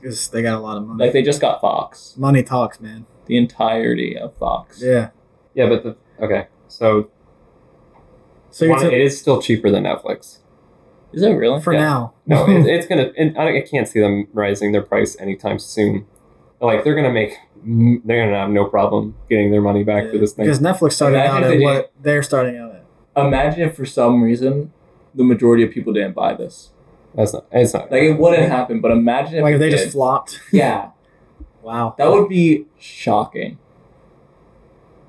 Speaker 3: Because they got a lot of money.
Speaker 1: Like they just got Fox,
Speaker 3: money talks, man.
Speaker 1: the entirety of Fox.
Speaker 3: Yeah.
Speaker 2: Yeah, but the okay, so
Speaker 3: So you're
Speaker 2: one,
Speaker 3: ta-
Speaker 2: it is still cheaper than Netflix.
Speaker 1: Is it really?
Speaker 3: for
Speaker 2: yeah.
Speaker 3: now.
Speaker 2: No, it, it's gonna. And I, don't- I can't see them rising their price anytime soon. Like they're gonna make, they're gonna have no problem getting their money back for
Speaker 3: Yeah,
Speaker 2: this thing.
Speaker 3: Because Netflix started
Speaker 1: Imagine
Speaker 3: out
Speaker 1: if
Speaker 3: at
Speaker 1: they
Speaker 3: what they're starting out at.
Speaker 1: Imagine if for some reason the majority of people didn't buy this.
Speaker 2: That's not. It's not.
Speaker 1: Like it wouldn't happen, but imagine if
Speaker 3: Like
Speaker 1: it
Speaker 3: if they
Speaker 1: did.
Speaker 3: just flopped.
Speaker 1: yeah,
Speaker 3: Wow.
Speaker 1: that would be shocking.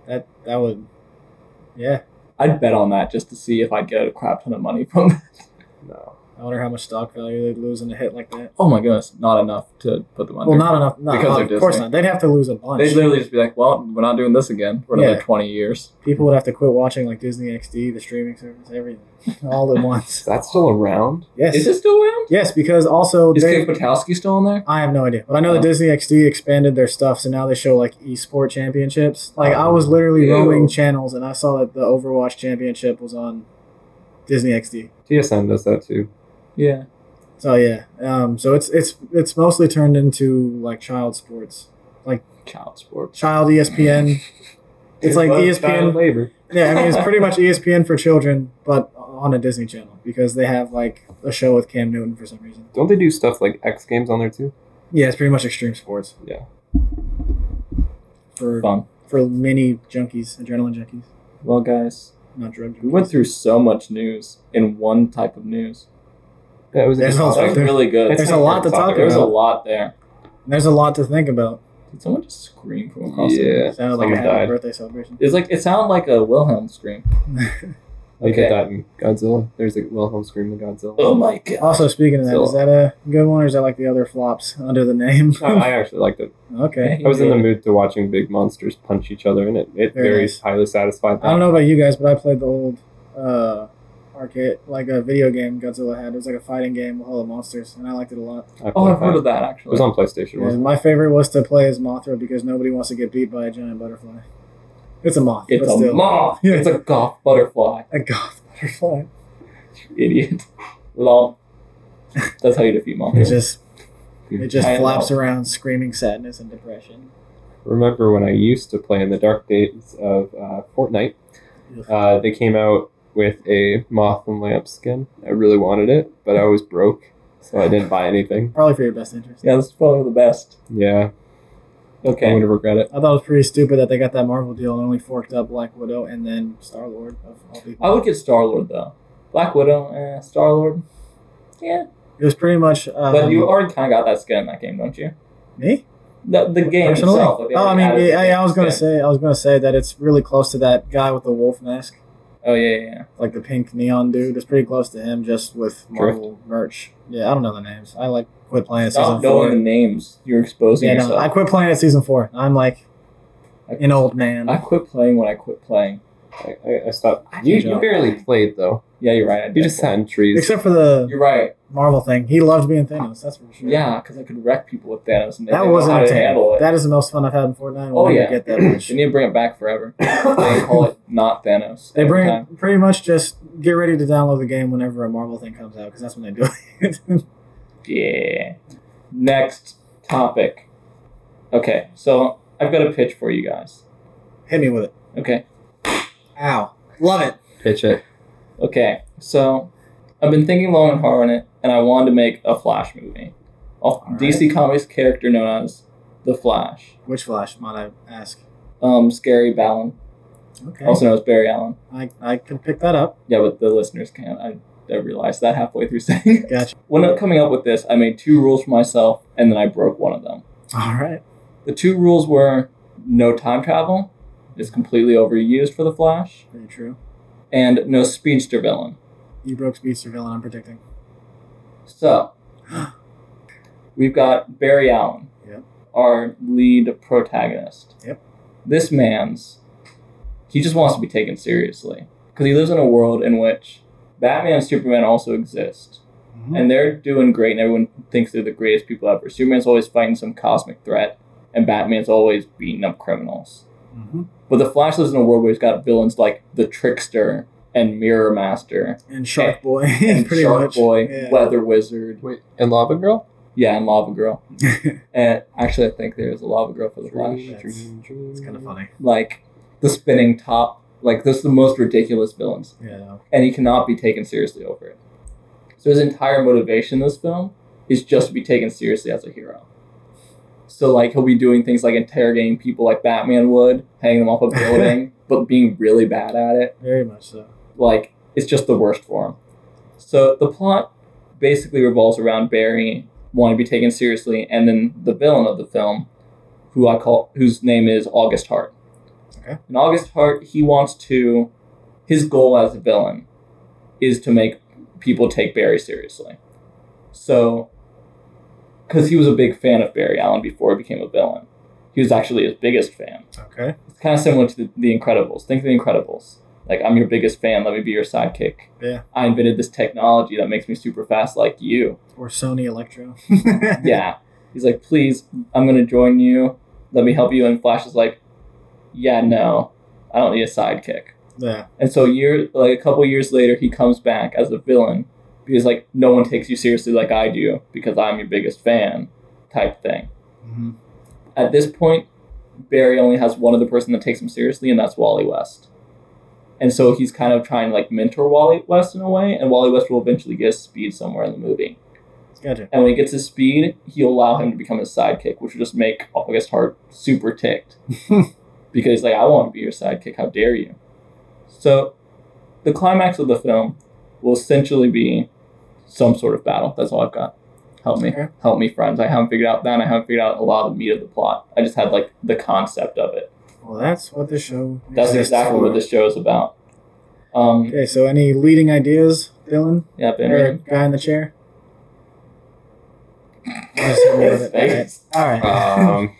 Speaker 3: that that would Yeah.
Speaker 1: I'd bet on that just to see if I'd get a crap ton of money from that.
Speaker 2: no.
Speaker 3: I wonder how much stock value they'd lose in a hit like that.
Speaker 1: Oh my goodness, not enough to put them under.
Speaker 3: Well not enough no,
Speaker 1: Because
Speaker 3: of
Speaker 1: they're
Speaker 3: course
Speaker 1: Disney.
Speaker 3: not. They'd have to lose a bunch.
Speaker 1: They'd literally just be like, "Well, we're not doing this again for another
Speaker 3: Yeah.
Speaker 1: twenty years."
Speaker 3: People would have to quit watching like Disney XD, the streaming service, everything. all at
Speaker 2: Is
Speaker 3: once.
Speaker 2: that still around?
Speaker 3: Yes.
Speaker 1: Is it still around?
Speaker 3: Yes, because also
Speaker 1: Is
Speaker 3: they,
Speaker 1: Kate Patowski still in there?
Speaker 3: I have no idea, but I know
Speaker 1: Oh.
Speaker 3: that Disney XD expanded their stuff, so now they show like esport championships. Like I was literally
Speaker 1: Ew.
Speaker 3: roaming channels, and I saw that the Overwatch championship was on Disney XD.
Speaker 2: TSN does that too.
Speaker 1: Yeah.
Speaker 3: So yeah, um, so it's it's it's mostly turned into like child sports,
Speaker 1: Child sports.
Speaker 3: child E ESPN. it's like E
Speaker 2: Well, child
Speaker 3: ESPN.
Speaker 2: labor.
Speaker 3: Yeah, I mean it's pretty much E ESPN for children, but on a Disney Channel because they have like a show with Cam Newton for some reason.
Speaker 2: Don't they do stuff like X Games on there too?
Speaker 3: Yeah, it's pretty much extreme sports.
Speaker 2: Yeah.
Speaker 3: For
Speaker 1: Fun.
Speaker 3: for many junkies, adrenaline junkies.
Speaker 1: Well, guys,
Speaker 3: not drug
Speaker 1: we went through so much news in one type of news.
Speaker 2: Yeah, it was. a
Speaker 3: There's
Speaker 2: good
Speaker 3: also-
Speaker 1: That
Speaker 2: topic.
Speaker 1: was really good.
Speaker 3: There's a lot to talk
Speaker 1: There was a
Speaker 3: about.
Speaker 1: lot there.
Speaker 3: There's a lot to think about.
Speaker 1: Did someone just scream from across the
Speaker 2: Yeah.
Speaker 1: room?
Speaker 3: Sounded like a
Speaker 2: Someone
Speaker 3: happy
Speaker 2: died.
Speaker 3: birthday celebration.
Speaker 1: It's like it sounded like a Wilhelm scream.
Speaker 2: They
Speaker 1: Okay.
Speaker 2: did that in Godzilla. There's a Wilhelm scream in Godzilla.
Speaker 1: Oh my god.
Speaker 3: Also, speaking of that, is that a good one or is that like the other flops under the name?
Speaker 2: I I actually liked it.
Speaker 3: okay.
Speaker 2: I was in the mood to watching big monsters punch each other, and it, it
Speaker 3: Very
Speaker 2: very,
Speaker 3: nice.
Speaker 2: highly satisfied.
Speaker 3: I don't know about you guys, but I played the old uh, arcade, like a video game Godzilla had. It was like a fighting game with all the monsters, and I liked it a lot.
Speaker 2: I
Speaker 1: Oh,
Speaker 2: played
Speaker 1: I've heard
Speaker 2: that.
Speaker 1: of that
Speaker 2: It
Speaker 1: actually.
Speaker 2: was on PlayStation. wasn't it?
Speaker 3: And my favorite was to play as Mothra because nobody wants to get beat by a giant butterfly. It's a moth,
Speaker 1: It's
Speaker 3: but
Speaker 1: a
Speaker 3: still.
Speaker 1: moth.
Speaker 3: Yeah.
Speaker 1: It's a goth butterfly.
Speaker 3: a goth butterfly.
Speaker 1: Idiot. Lol. That's how you defeat
Speaker 3: It
Speaker 1: monsters.
Speaker 3: just, it just
Speaker 1: I
Speaker 3: flaps
Speaker 1: know.
Speaker 3: around screaming sadness and depression.
Speaker 2: remember when I used to play in the dark days of uh, Fortnite. Uh, they came out with a moth and lamp skin. I really wanted it, but I was broke, so I didn't buy anything.
Speaker 3: Probably for your best interest.
Speaker 1: Yeah, that's probably the best.
Speaker 2: Yeah, I would
Speaker 1: Okay.
Speaker 2: have regret it.
Speaker 3: I thought it was pretty stupid that they got that Marvel deal and only forked up Black Widow and then Star Lord of all people.
Speaker 1: I would get Star Lord though. Black Widow, eh, Star Lord. Yeah.
Speaker 3: It was pretty much. Um,
Speaker 1: But you already kind of got that skin in that game, don't you?
Speaker 3: me
Speaker 1: The, the game
Speaker 3: personally.
Speaker 1: itself. like, they
Speaker 3: oh, I
Speaker 1: already
Speaker 3: mean,
Speaker 1: added the
Speaker 3: yeah, yeah, I
Speaker 1: game
Speaker 3: was gonna
Speaker 1: skin.
Speaker 3: say, I was gonna say that it's really close to that guy with the wolf mask,
Speaker 1: Oh yeah, yeah, yeah.
Speaker 3: like the pink neon dude. It's pretty close to him, just with Marvel merch. Yeah, I don't know the names. I like quit playing at
Speaker 1: Stop
Speaker 3: season
Speaker 1: knowing the
Speaker 3: four.
Speaker 1: names. You're exposing
Speaker 3: Yeah,
Speaker 1: yourself.
Speaker 3: no, I quit playing at season four. I'm like
Speaker 1: I-
Speaker 3: an old man.
Speaker 1: I quit playing when I quit playing.
Speaker 2: I, I, I stopped.
Speaker 1: I
Speaker 2: You,
Speaker 1: did
Speaker 2: you
Speaker 1: not.
Speaker 2: barely played though.
Speaker 1: Yeah, you're right. I did
Speaker 2: You just sat in trees.
Speaker 3: Except for the
Speaker 1: You're right.
Speaker 3: Marvel thing, he loved being Thanos. That's for sure.
Speaker 1: Yeah, because I could wreck people with Thanos, and they
Speaker 3: that
Speaker 1: didn't
Speaker 3: was
Speaker 1: know how to handle
Speaker 3: entertaining.
Speaker 1: it.
Speaker 3: That is the most fun I've had in Fortnite.
Speaker 1: Oh,
Speaker 3: We'll never
Speaker 1: yeah.
Speaker 3: get that much.
Speaker 1: They need to bring it back forever. they call it not Thanos.
Speaker 3: They
Speaker 1: every
Speaker 3: bring
Speaker 1: time.
Speaker 3: pretty much just get ready to download the game whenever a Marvel thing comes out because that's when they do it.
Speaker 1: Yeah. Next topic. Okay, so I've got a pitch for you guys.
Speaker 3: Hit me with it.
Speaker 1: Okay.
Speaker 3: Ow, love it.
Speaker 2: Pitch it.
Speaker 1: Okay, so I've been thinking long and hard on it, and I wanted to make a Flash movie. A
Speaker 3: right.
Speaker 1: DC Comics character known as the Flash.
Speaker 3: Which Flash, might I ask?
Speaker 1: Um, Scary Ballin,
Speaker 3: Okay,
Speaker 1: also known as Barry Allen.
Speaker 3: I I can pick that up.
Speaker 1: Yeah, but the listeners can't. I, I realized that halfway through saying it.
Speaker 3: Gotcha.
Speaker 1: When I'm coming up with this, I made two rules for myself, and then I broke one of them.
Speaker 3: All right.
Speaker 1: The two rules were no time travel, is completely overused for the Flash,
Speaker 3: Very true.
Speaker 1: and no speedster villain.
Speaker 3: You broke Speedster villain. I'm predicting.
Speaker 1: So, we've got Barry Allen,
Speaker 3: Yep.
Speaker 1: our lead protagonist.
Speaker 3: Yep.
Speaker 1: This man's, he just wants to be taken seriously because he lives in a world in which Batman and Superman also exist,
Speaker 3: Mhm.
Speaker 1: and they're doing great, and everyone thinks they're the greatest people ever. Superman's always fighting some cosmic threat, and Batman's always beating up criminals.
Speaker 3: Mhm.
Speaker 1: But the Flash lives in a world where he's got villains like the Trickster and Mirror Master
Speaker 3: And Shark Boy.
Speaker 1: and
Speaker 3: pretty
Speaker 1: Shark
Speaker 3: much.
Speaker 1: Boy,
Speaker 3: Yeah.
Speaker 1: Weather Wizard.
Speaker 2: Wait, and Lava Girl.
Speaker 1: Yeah, and Lava Girl. and actually, I think there is a Lava Girl for the Flash.
Speaker 3: That's- It's kind of funny.
Speaker 1: Like the spinning top. Like this is the most ridiculous villains,
Speaker 3: Yeah. no.
Speaker 1: and he cannot be taken seriously over it. So his entire motivation in this film is just to be taken seriously as a hero. So like he'll be doing things like interrogating people like Batman would, hanging them off a building, but being really bad at it
Speaker 3: Very much so.
Speaker 1: like it's just the worst for him. So the plot basically revolves around Barry wanting to be taken seriously, and then the villain of the film, who I call whose name is August Hart.
Speaker 3: Okay.
Speaker 1: And August Hart, he wants to, his goal as a villain, is to make people take Barry seriously. So, because he was a big fan of Barry Allen before he became a villain, he was actually his biggest fan
Speaker 3: Okay.
Speaker 1: it's kind of similar to the, the Incredibles. Think of the Incredibles. Like I'm your biggest fan. Let me be your sidekick.
Speaker 3: Yeah.
Speaker 1: I invented this technology that makes me super fast, like you.
Speaker 3: Or Sony Electro.
Speaker 1: Yeah. He's like, please, I'm gonna join you. Let me help you. And Flash is like, yeah, no, I don't need a sidekick.
Speaker 3: Yeah.
Speaker 1: And so year, like a couple years later, he comes back as a villain because like no one takes you seriously like I do because I'm your biggest fan, type thing
Speaker 3: hmm
Speaker 1: at this point, Barry only has one other person that takes him seriously, and that's Wally West. And so he's kind of trying to like mentor Wally West in a way, and Wally West will eventually get his speed somewhere in the movie.
Speaker 3: Gotcha.
Speaker 1: And when he gets his speed, he'll allow him to become his sidekick, which will just make August Hart super ticked. because like, I want to be your sidekick, how dare you? So the climax of the film will essentially be some sort of battle. That's all I've got. Help me
Speaker 3: Okay.
Speaker 1: help me friends. I haven't figured out that. and I haven't figured out a lot of the meat of the plot. I just had like the concept of it.
Speaker 3: Well, that's what the show.
Speaker 1: That's
Speaker 3: exists
Speaker 1: exactly
Speaker 3: for.
Speaker 1: what this show is about. Um,
Speaker 3: Okay, so any leading ideas, Dylan?
Speaker 1: yeah, Ben.
Speaker 3: Or guy in the chair? Just hit me with it.
Speaker 1: Thanks.
Speaker 3: All right.
Speaker 1: Uh,
Speaker 2: Um,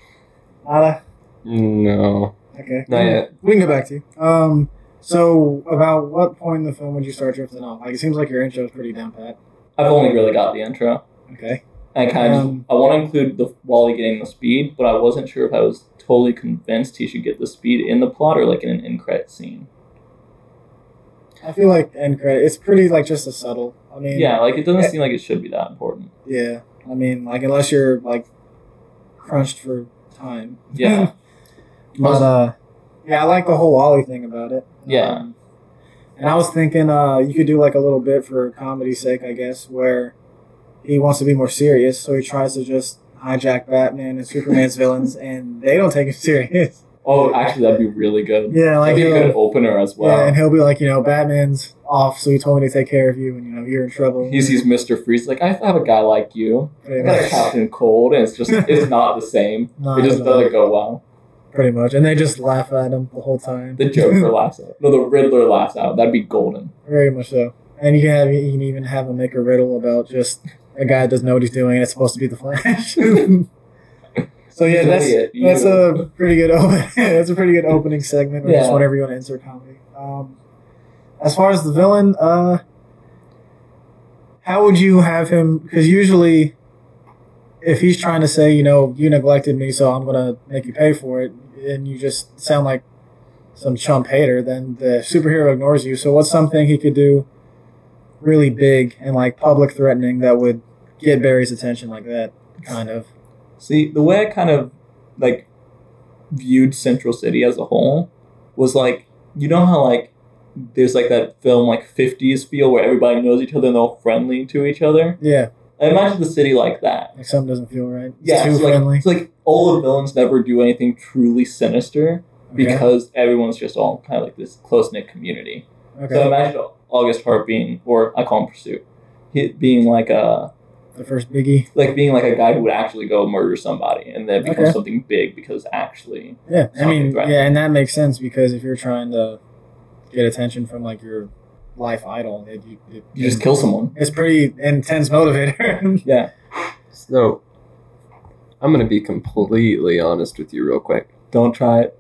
Speaker 3: Nada?
Speaker 2: no,
Speaker 3: Okay.
Speaker 2: not yet.
Speaker 3: We can go back to you. Um, so, about what point in the film would you start drifting off? Like, it seems like your intro is pretty down pat.
Speaker 1: I've only really got the intro.
Speaker 3: Okay.
Speaker 1: I kind of
Speaker 3: Um,
Speaker 1: I want to include the Wally getting the speed, but I wasn't sure if I was totally convinced he should get the speed in the plot or like in an end credit scene.
Speaker 3: I feel like end credit. It's pretty, like, just a subtle. I mean,
Speaker 1: Yeah, like it doesn't seem like it should be that important.
Speaker 3: Yeah. I mean, like, unless you're, like, crunched for time.
Speaker 1: Yeah.
Speaker 3: But uh, yeah, I like the whole Wally thing about it.
Speaker 1: Yeah.
Speaker 3: Um, and I was thinking, uh, you could do like a little bit for comedy's sake, I guess, where he wants to be more serious, so he tries to just hijack Batman and Superman's villains, and they don't take him serious.
Speaker 1: Oh, actually, that'd be really good.
Speaker 3: Yeah,
Speaker 1: that'd
Speaker 3: like
Speaker 1: be a good
Speaker 3: he'll,
Speaker 1: opener as well.
Speaker 3: yeah, and he'll be like, you know, Batman's off, so he told me to take care of you, and you know, you're in trouble.
Speaker 1: He sees Mister Freeze like I have a guy like you. I
Speaker 3: pretty
Speaker 1: got a
Speaker 3: much.
Speaker 1: Captain Cold, and it's just it's not the same.
Speaker 3: Nah,
Speaker 1: It just
Speaker 3: no,
Speaker 1: doesn't go well.
Speaker 3: pretty much, and they just laugh at him the whole time.
Speaker 1: The Joker laughs out. No, the Riddler laughs out. That'd be golden.
Speaker 3: Very much so. And you can have you can even have him make a riddle about just a guy that doesn't know what he's doing and it's supposed to be the Flash. so yeah, that's
Speaker 1: Idiot, you.
Speaker 3: that's a pretty good open, that's a pretty good opening segment or just
Speaker 1: Yeah.
Speaker 3: whatever you want to insert comedy. Um, as far as the villain, uh, how would you have him? Because usually, if he's trying to say, you know, you neglected me, so I'm gonna make you pay for it, and you just sound like some chump hater, then the superhero ignores you. So what's something he could do really big and like public threatening that would get Barry's attention like that? Kind of.
Speaker 1: See, the way I kind of like viewed Central City as a whole was like you know how like there's like that film like 50s feel where everybody knows each other and they're all friendly to each other.
Speaker 3: Yeah.
Speaker 1: I imagine the city like that.
Speaker 3: Like something doesn't feel right. It's
Speaker 1: Yeah,
Speaker 3: too
Speaker 1: it's like,
Speaker 3: friendly.
Speaker 1: it's like all the villains never do anything truly sinister
Speaker 3: okay.
Speaker 1: because everyone's just all kind of like this close knit community.
Speaker 3: okay.
Speaker 1: So imagine August Hart being, or I call him Pursuit, he- being like a
Speaker 3: the first biggie.
Speaker 1: like being like a guy who would actually go murder somebody, and then it becomes
Speaker 3: Okay.
Speaker 1: something big because actually,
Speaker 3: Yeah. I
Speaker 1: Something
Speaker 3: mean,
Speaker 1: threatening.
Speaker 3: yeah, and that makes sense because if you're trying to get attention from like your life idol, it, you, it,
Speaker 1: you just kill someone.
Speaker 3: It's pretty intense motivator.
Speaker 1: Yeah,
Speaker 2: So, I'm gonna be completely honest with you, real quick.
Speaker 1: don't try it.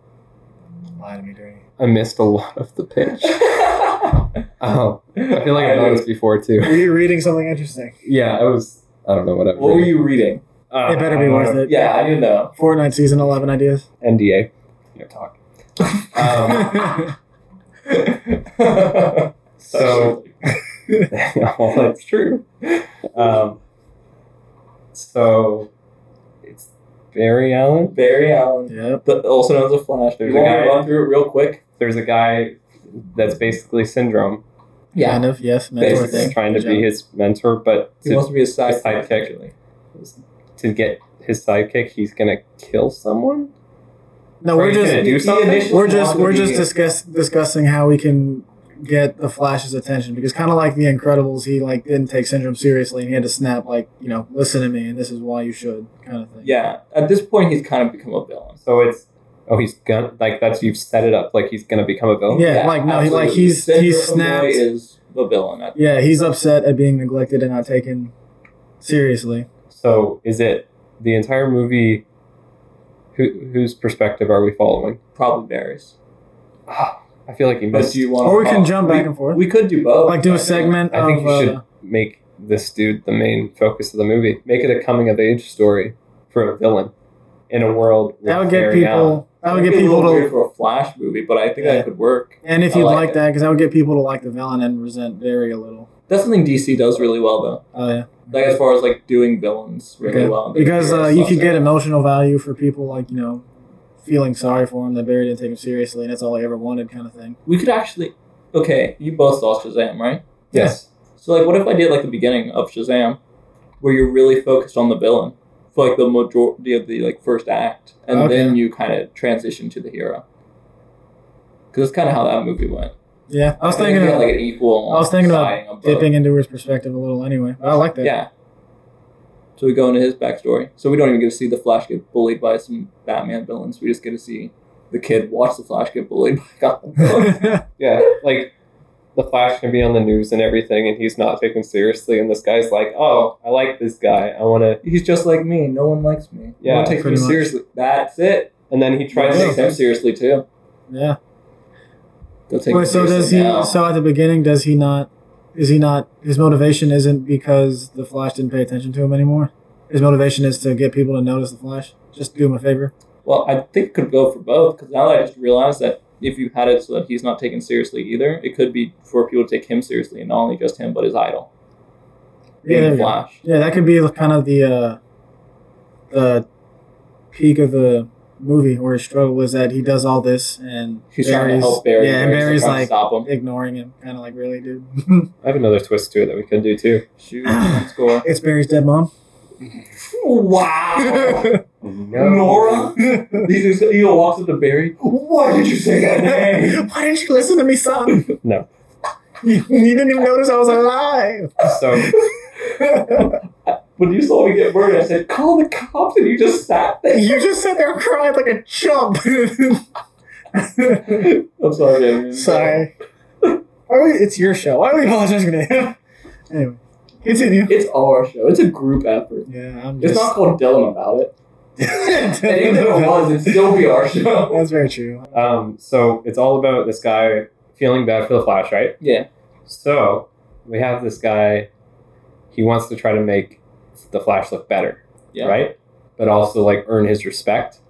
Speaker 3: Lie to me, dirty.
Speaker 2: I missed a lot of the pitch. Oh, I feel like
Speaker 1: I
Speaker 2: I've
Speaker 1: do.
Speaker 2: done this before
Speaker 3: Were
Speaker 2: too.
Speaker 3: you reading something interesting?
Speaker 2: Yeah, I was. I don't know what I was.
Speaker 1: What were you reading?
Speaker 2: Uh,
Speaker 3: It better be worth it.
Speaker 1: Yeah, I didn't know.
Speaker 3: Fortnite season eleven ideas.
Speaker 2: NDA. You know, talk. Um, so well, that's true. Um, so it's Barry Allen.
Speaker 1: Barry Allen,
Speaker 3: yep.
Speaker 1: but also known as the Flash.
Speaker 2: There's
Speaker 1: you want
Speaker 2: a
Speaker 1: me to
Speaker 2: guy-
Speaker 1: run through it real quick?
Speaker 2: There's a guy that's basically syndrome.
Speaker 3: Kind of. Yes. Mentor
Speaker 1: Basically
Speaker 2: He's
Speaker 3: thing.
Speaker 2: trying to
Speaker 3: Good
Speaker 2: be his mentor, but
Speaker 1: he
Speaker 2: to,
Speaker 1: wants to be a side
Speaker 2: his sidekick.
Speaker 1: actually.
Speaker 2: to get his sidekick, he's gonna kill someone.
Speaker 3: job. No, we're
Speaker 2: Are you
Speaker 3: just
Speaker 2: gonna do
Speaker 1: he
Speaker 2: something?
Speaker 1: initially
Speaker 3: we're just
Speaker 1: wanted to
Speaker 3: we're
Speaker 1: be
Speaker 3: just
Speaker 1: a-
Speaker 3: discuss, discussing how we can get the Flash's attention because kind of like the Incredibles, he like didn't take Syndrome seriously and he had to snap like you know listen to me and this is why you should kind of thing.
Speaker 1: Yeah, at this point, he's kind of become a villain.
Speaker 2: So it's oh, he's gonna like that's you've set it up like he's gonna become a villain.
Speaker 3: Yeah, like, no, he- like,
Speaker 1: absolutely.
Speaker 3: he's-
Speaker 1: Sandra
Speaker 3: he's
Speaker 1: Bullock
Speaker 3: snapped.
Speaker 1: is the villain. At,
Speaker 3: Yeah, he's upset at being neglected and not taken seriously.
Speaker 2: So is it the entire movie? Who, whose perspective are we following?
Speaker 1: probably Barry's.
Speaker 2: Ah, I feel like he
Speaker 1: But
Speaker 2: missed.
Speaker 1: do you want?
Speaker 3: Or we can jump back and forth.
Speaker 1: uh, We could do both.
Speaker 3: like do a segment.
Speaker 2: I think you
Speaker 3: of,
Speaker 2: should
Speaker 3: uh,
Speaker 2: make this dude the main focus of the movie. Make it a coming of age story for a villain in a world with
Speaker 3: that would get
Speaker 2: Barry Allen.
Speaker 3: people. That would
Speaker 1: It'd
Speaker 3: get
Speaker 1: be a
Speaker 3: people
Speaker 1: little
Speaker 3: to
Speaker 1: weird for a Flash movie, but I think
Speaker 3: Yeah.
Speaker 1: that could work.
Speaker 3: And if
Speaker 1: I
Speaker 3: you'd
Speaker 1: like
Speaker 3: like,
Speaker 1: it.
Speaker 3: that, because that would get people to like the villain and resent Barry a little.
Speaker 1: That's something DC does really well, though.
Speaker 3: Oh yeah,
Speaker 1: Like as far as like doing villains really
Speaker 3: Okay.
Speaker 1: well. They
Speaker 3: because
Speaker 1: do
Speaker 3: uh,
Speaker 1: a
Speaker 3: you could
Speaker 1: subset.
Speaker 3: get emotional value for people like you know feeling sorry for him that Barry didn't take him seriously and that's all he ever wanted kind of thing.
Speaker 1: We could actually. Okay, you both saw Shazam, right?
Speaker 2: Yes.
Speaker 1: So like, what if I did like the beginning of Shazam, where you're really focused on the villain for like the majority of the like first act, and
Speaker 3: Okay.
Speaker 1: then you kind of transition to the hero. Because that's kind of how that movie went.
Speaker 3: Yeah, I was
Speaker 1: think
Speaker 3: thinking
Speaker 1: you
Speaker 3: of
Speaker 1: got, like uh, an equal.
Speaker 3: I was thinking about
Speaker 1: siding of both.
Speaker 3: dipping into his perspective a little anyway. But I like that.
Speaker 1: Yeah. So we go into his backstory. So we don't even get to see the Flash get bullied by some Batman villains. We just get to see the kid watch the Flash get bullied by Gotham villains.
Speaker 2: Yeah, like the Flash can be on the news and everything, and he's not taken seriously. And this guy's like, "Oh, I like this guy. I want to."
Speaker 1: He's just like me. No one likes me. no
Speaker 2: Yeah,
Speaker 1: one takes me
Speaker 3: pretty much.
Speaker 1: seriously. That's it.
Speaker 2: And then he
Speaker 1: Try
Speaker 2: tries
Speaker 1: to
Speaker 3: Yeah.
Speaker 1: take
Speaker 2: to.
Speaker 1: him seriously too.
Speaker 3: yeah.
Speaker 1: They'll take him
Speaker 3: Wait, so does
Speaker 1: seriously
Speaker 3: he?
Speaker 1: now.
Speaker 3: So at the beginning, does he not? Is he not? His motivation isn't because the Flash didn't pay attention to him anymore. His motivation is to get people to notice the Flash. Just do him a favor.
Speaker 1: Well, I think it could go for both because now that I just realized that if you had it so that he's not taken seriously either, it could be for people to take him seriously and not only just him but his idol,
Speaker 3: Yeah,
Speaker 1: being
Speaker 3: there
Speaker 1: the
Speaker 3: we go.
Speaker 1: Flash.
Speaker 3: Yeah, that could be the- kind of the uh, the peak of the movie where his struggle is that he does all this and
Speaker 1: He's trying to help Barry.
Speaker 3: Yeah, and Barry's
Speaker 1: trying to
Speaker 3: like
Speaker 1: stop him.
Speaker 3: ignoring him, kind of like really, dude.
Speaker 2: I have another twist to it that we could do too.
Speaker 1: Shoot, score.
Speaker 3: it's Barry's dead mom.
Speaker 1: Wow.
Speaker 2: No.
Speaker 1: Nora? These are, he walks up to Barry. Why did you say that name?
Speaker 3: Why didn't you listen to me, son?
Speaker 2: No.
Speaker 3: You didn't even notice I was alive.
Speaker 2: So
Speaker 1: When you saw me get murdered, I said, call the cops, and you just sat there.
Speaker 3: you just sat there crying like a chump.
Speaker 1: I'm sorry, Barry.
Speaker 3: Sorry. Why we, it's your show. Why are we apologizing to him? Anyway, continue.
Speaker 1: It's our show. It's a group effort.
Speaker 3: Yeah, I'm
Speaker 1: It's
Speaker 3: just.
Speaker 1: not called Dillem About It. And even if it was, it'd still be our show.
Speaker 3: That's very true.
Speaker 2: um so it's all about this guy feeling bad for the Flash, right?
Speaker 1: Yeah.
Speaker 2: So we have this guy. He wants to try to make the Flash look better,
Speaker 1: Yeah.
Speaker 2: right? But also like earn his respect.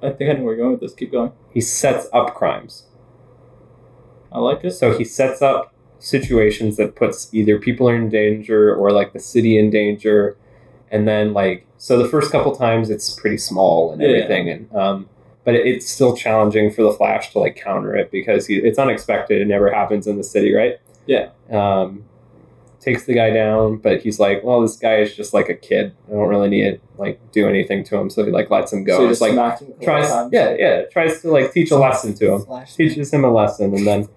Speaker 1: I think I know where you're going with this. Keep going.
Speaker 2: He sets up crimes.
Speaker 1: I like it.
Speaker 2: So he sets up situations that puts either people in danger or like the city in danger. And then like so the first couple times it's pretty small and
Speaker 1: Yeah.
Speaker 2: everything and um but it- it's still challenging for the Flash to like counter it because he, it's unexpected. It never happens in the city, right?
Speaker 1: Yeah.
Speaker 2: Um, takes the guy down, but he's like, "Well, this guy is just like a kid. I don't really need to like do anything to him." So he like lets him go.
Speaker 1: So you
Speaker 2: It's
Speaker 1: just
Speaker 2: like
Speaker 1: smacked him a couple
Speaker 2: tries,
Speaker 1: times.
Speaker 2: yeah, yeah, tries to like teach a lesson to him.
Speaker 3: Flash.
Speaker 2: Teaches him a lesson and then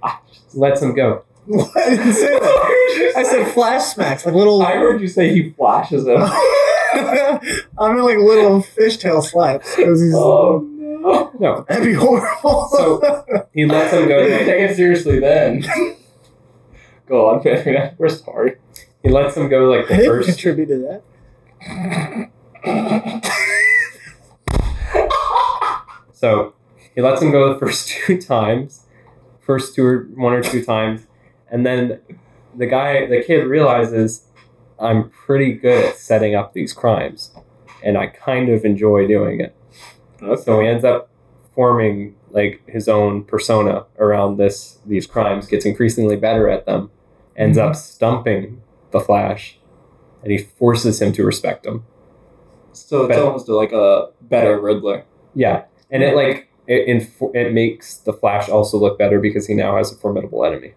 Speaker 2: lets him go.
Speaker 3: What? I didn't say that. I said flash smacks, like little.
Speaker 1: I heard you say he flashes him.
Speaker 3: Oh, I'm in like little fishtail slaps. 'cause he's-
Speaker 1: oh no!
Speaker 2: No,
Speaker 3: That'd be horrible.
Speaker 2: So- he lets him
Speaker 1: They didn't
Speaker 2: go.
Speaker 1: take it seriously then. Go on, Patrick. We're sorry.
Speaker 2: He lets him go like the
Speaker 3: I didn't
Speaker 2: first.
Speaker 3: contribute to that.
Speaker 2: So he lets him go the first two times, first two or one or two times, and then the guy, the kid realizes, I'm pretty good at setting up these crimes, and I kind of enjoy doing it. So he ends up forming like his own persona around this these crimes, gets increasingly better at them, ends up stumping the Flash, and he forces him to respect him.
Speaker 1: So it's
Speaker 2: Better.
Speaker 1: almost like a better Riddler.
Speaker 2: Yeah, and it like it inf- it makes the Flash also look better because he now has a formidable enemy.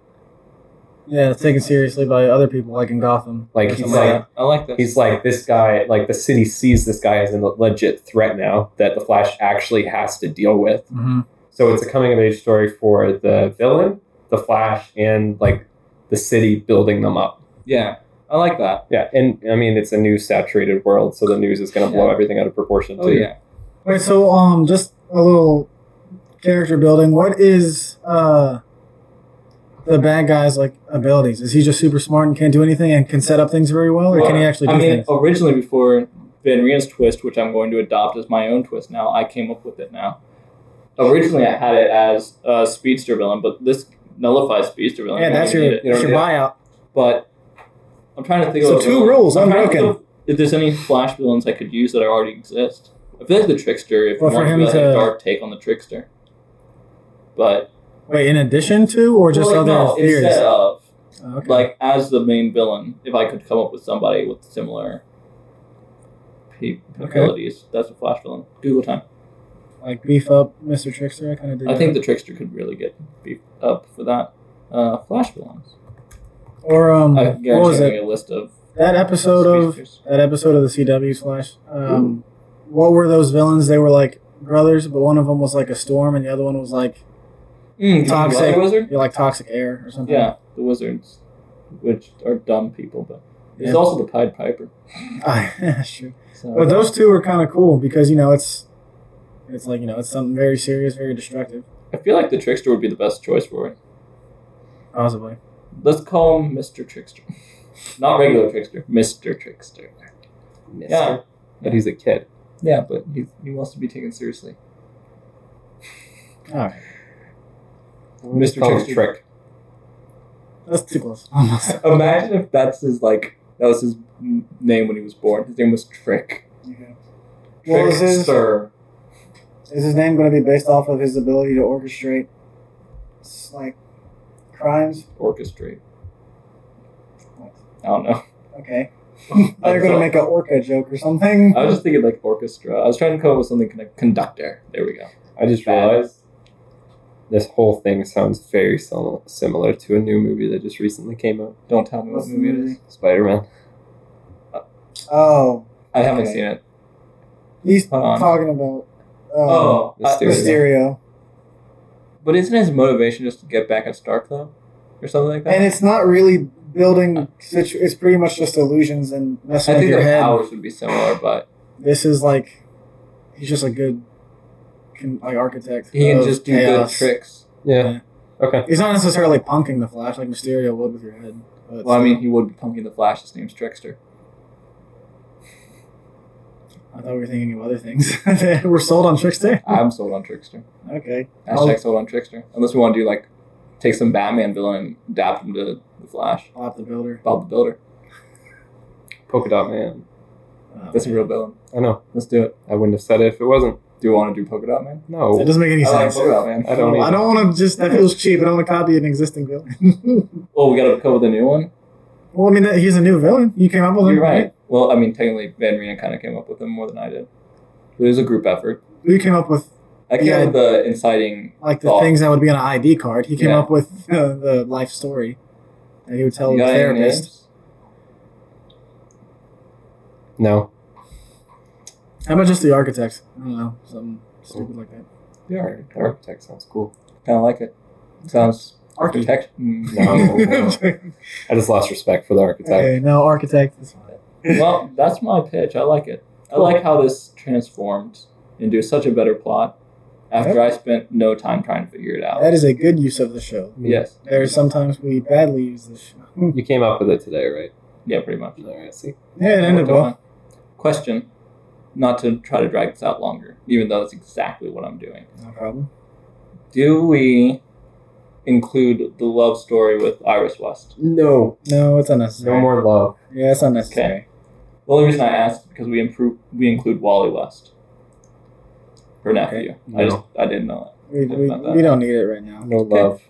Speaker 3: Yeah, it's taken seriously by other people, like in Gotham.
Speaker 2: Like
Speaker 3: Or
Speaker 2: he's
Speaker 3: something
Speaker 2: like
Speaker 1: I like this.
Speaker 2: he's like this guy. Like the city sees this guy as a legit threat now that the Flash actually has to deal with.
Speaker 3: that. Mhm.
Speaker 2: So it's a coming of age story for the villain, the Flash, and like the city building them up.
Speaker 1: yeah, I like that.
Speaker 2: Yeah, and I mean it's a new saturated world, so the news is going to blow everything out of proportion.
Speaker 1: Oh
Speaker 2: too.
Speaker 1: yeah.
Speaker 3: Wait, so um, just a little character building. What is uh the bad guy's like abilities? Is he just super smart and can't do anything and can set up things very well, or Oh, can he actually do
Speaker 1: I mean,
Speaker 3: things?
Speaker 1: originally before Van Rie's twist, which I'm going to adopt as my own twist now, I came up with it now. Originally, I had it as a speedster villain, but this nullifies speedster villain.
Speaker 3: Yeah,
Speaker 1: You don't
Speaker 3: that's
Speaker 1: even
Speaker 3: your
Speaker 1: need it.
Speaker 2: You
Speaker 3: that's
Speaker 2: don't
Speaker 3: your buyout.
Speaker 1: But I'm trying to think
Speaker 3: So
Speaker 1: of
Speaker 3: two rules,
Speaker 1: I'm trying to
Speaker 3: unbroken.
Speaker 1: think of If there's any Flash villains I could use that already exist, I feel like the Trickster. If
Speaker 3: Well,
Speaker 1: you
Speaker 3: for
Speaker 1: want to
Speaker 3: him
Speaker 1: be like
Speaker 3: to-
Speaker 1: a dark take on the Trickster, but
Speaker 3: Wait, in addition to, or just
Speaker 1: Well, like,
Speaker 3: other
Speaker 1: no,
Speaker 3: theories?
Speaker 1: instead of
Speaker 3: Oh, okay.
Speaker 1: like as the main villain, if I could come up with somebody with similar capabilities, that's a Flash villain. Google time.
Speaker 3: like beef up Mr. Trickster. I kind of did.
Speaker 1: I
Speaker 3: that.
Speaker 1: think the trickster could really get beefed up for that. Uh, Flash villains.
Speaker 3: or um,
Speaker 1: I
Speaker 3: what
Speaker 1: guarantee
Speaker 3: was
Speaker 1: I'm
Speaker 3: it?
Speaker 1: getting a list of
Speaker 3: That episode of
Speaker 1: speedsters.
Speaker 3: that episode of the CW slash. Um, what were those villains? They were like brothers, but one of them was like a storm, and the other one was like
Speaker 1: Mm,
Speaker 3: Toxic.
Speaker 1: Black Wizard.
Speaker 3: you're like toxic air or something.
Speaker 1: Yeah, the wizards, which are dumb people, but there's
Speaker 3: Yeah.
Speaker 1: also the Pied Piper.
Speaker 3: Ah, yeah, sure.
Speaker 1: So
Speaker 3: But those two are kind of cool because you know it's, it's like you know it's something very serious, very destructive,
Speaker 1: I feel like the trickster would be the best choice for it.
Speaker 3: possibly.
Speaker 1: Let's call him Mr. Trickster, not regular trickster, Mr. Trickster.
Speaker 2: Mister.
Speaker 1: Yeah.
Speaker 2: But he's a kid.
Speaker 1: Yeah, but he, he wants to be taken seriously.
Speaker 3: All right,
Speaker 1: Mr.
Speaker 2: Call him
Speaker 1: Trickster.
Speaker 2: Trick.
Speaker 3: that's too close. Almost.
Speaker 1: Imagine if that's his like that was his n- name when he was born. His name was Trick.
Speaker 3: Yeah. What was his-
Speaker 1: Trickster.
Speaker 3: Is his name going to be based off of his ability to orchestrate, s- like, crimes?
Speaker 1: orchestrate. I don't know.
Speaker 3: Okay.
Speaker 1: I
Speaker 3: They're going to
Speaker 1: was-
Speaker 3: make an orca joke or something.
Speaker 1: I was just thinking like orchestra. I was trying to come up with something kind of conductor. There we go.
Speaker 2: I just
Speaker 1: Bad.
Speaker 2: realized this whole thing sounds very sim- similar to a new movie that just recently came out,
Speaker 1: Don't tell me what
Speaker 3: What's the
Speaker 1: movie it
Speaker 3: movie?
Speaker 1: is.
Speaker 2: Spider Man.
Speaker 3: Oh,
Speaker 1: I haven't seen it.
Speaker 3: He's
Speaker 1: Hold on.
Speaker 3: talking about uh,
Speaker 1: Oh, I-
Speaker 2: Mysterio.
Speaker 3: Mysterio,
Speaker 1: but isn't his motivation just to get back at Stark though, or something like that?
Speaker 3: and it's not really building. Situ- it's pretty much just illusions and messing
Speaker 1: I
Speaker 3: with
Speaker 1: think
Speaker 3: your
Speaker 1: their
Speaker 3: head.
Speaker 1: powers would be similar, but
Speaker 3: This is like he's just a good con- like architect.
Speaker 1: he can
Speaker 3: of
Speaker 1: just do good
Speaker 3: chaos.
Speaker 1: tricks.
Speaker 2: Yeah. Okay.
Speaker 3: He's not necessarily punking the Flash like Mysterio would with your head. But
Speaker 1: Well, I mean, he would be punking the Flash. His name's Trickster.
Speaker 3: I thought we were thinking of other things. we're sold on Trickster.
Speaker 1: I'm sold on Trickster.
Speaker 3: Okay.
Speaker 1: Hashtag sold on Trickster. Unless we want to do like take some Batman villain and adapt him to the Flash.
Speaker 3: Bob the Builder.
Speaker 1: Bob the Builder.
Speaker 2: Polka dot man.
Speaker 3: Oh,
Speaker 1: That's a
Speaker 3: man.
Speaker 1: real villain.
Speaker 2: I know.
Speaker 1: Let's do it.
Speaker 2: I wouldn't have said it if it wasn't.
Speaker 1: Do you want to do Polka Dot Man?
Speaker 2: No.
Speaker 3: That doesn't make any
Speaker 1: I like
Speaker 3: sense.
Speaker 1: Polka Dot Man.
Speaker 2: I don't
Speaker 3: I
Speaker 2: either.
Speaker 3: don't e- want to just. That feels cheap. I don't want to copy an existing villain.
Speaker 1: Well, we got to come up with a new one.
Speaker 3: well, I mean, that, he's a new villain. You came up with him.
Speaker 1: You're right. Well, I mean, technically, Van Rena kind of came up with them more than I did. But it was a group effort.
Speaker 3: You came up with
Speaker 1: I came
Speaker 3: Yeah.
Speaker 1: up with the inciting.
Speaker 3: like the
Speaker 1: Thought.
Speaker 3: things that would be on an ID card. He came
Speaker 1: Yeah.
Speaker 3: up with uh, the life story that he would tell
Speaker 1: You
Speaker 3: the
Speaker 1: got any
Speaker 3: therapist.
Speaker 1: names?
Speaker 2: No.
Speaker 3: How about just the architect? I don't know, something stupid like that.
Speaker 2: Yeah. alright. Architect sounds cool.
Speaker 1: Kind of like it. Sounds
Speaker 3: Archie.
Speaker 1: architect. Mm.
Speaker 2: No. I just lost respect for the architect.
Speaker 3: okay, no, architect is fine.
Speaker 1: well, that's my pitch. I like it. I
Speaker 2: Cool.
Speaker 1: like how this transformed into such a better plot after
Speaker 3: Yep.
Speaker 1: I spent no time trying to figure it out.
Speaker 3: That is a good use of the show.
Speaker 1: yes.
Speaker 3: There are sometimes we badly use this show.
Speaker 2: You came up with it today, right?
Speaker 1: Yeah, pretty much.
Speaker 2: All right. See.
Speaker 3: yeah, it ended well.
Speaker 1: Question. Not to try to drag this out longer, even though that's exactly what I'm doing.
Speaker 3: No problem.
Speaker 1: Do we include the love story with Iris West?
Speaker 2: No.
Speaker 3: No, it's unnecessary.
Speaker 2: No more love.
Speaker 3: Yeah, it's unnecessary.
Speaker 1: The only reason I asked is because we improve we include Wally West, her nephew. I
Speaker 2: No.
Speaker 1: just I didn't know that.
Speaker 3: We, we,
Speaker 1: Not that.
Speaker 3: we don't need it right now.
Speaker 2: No love.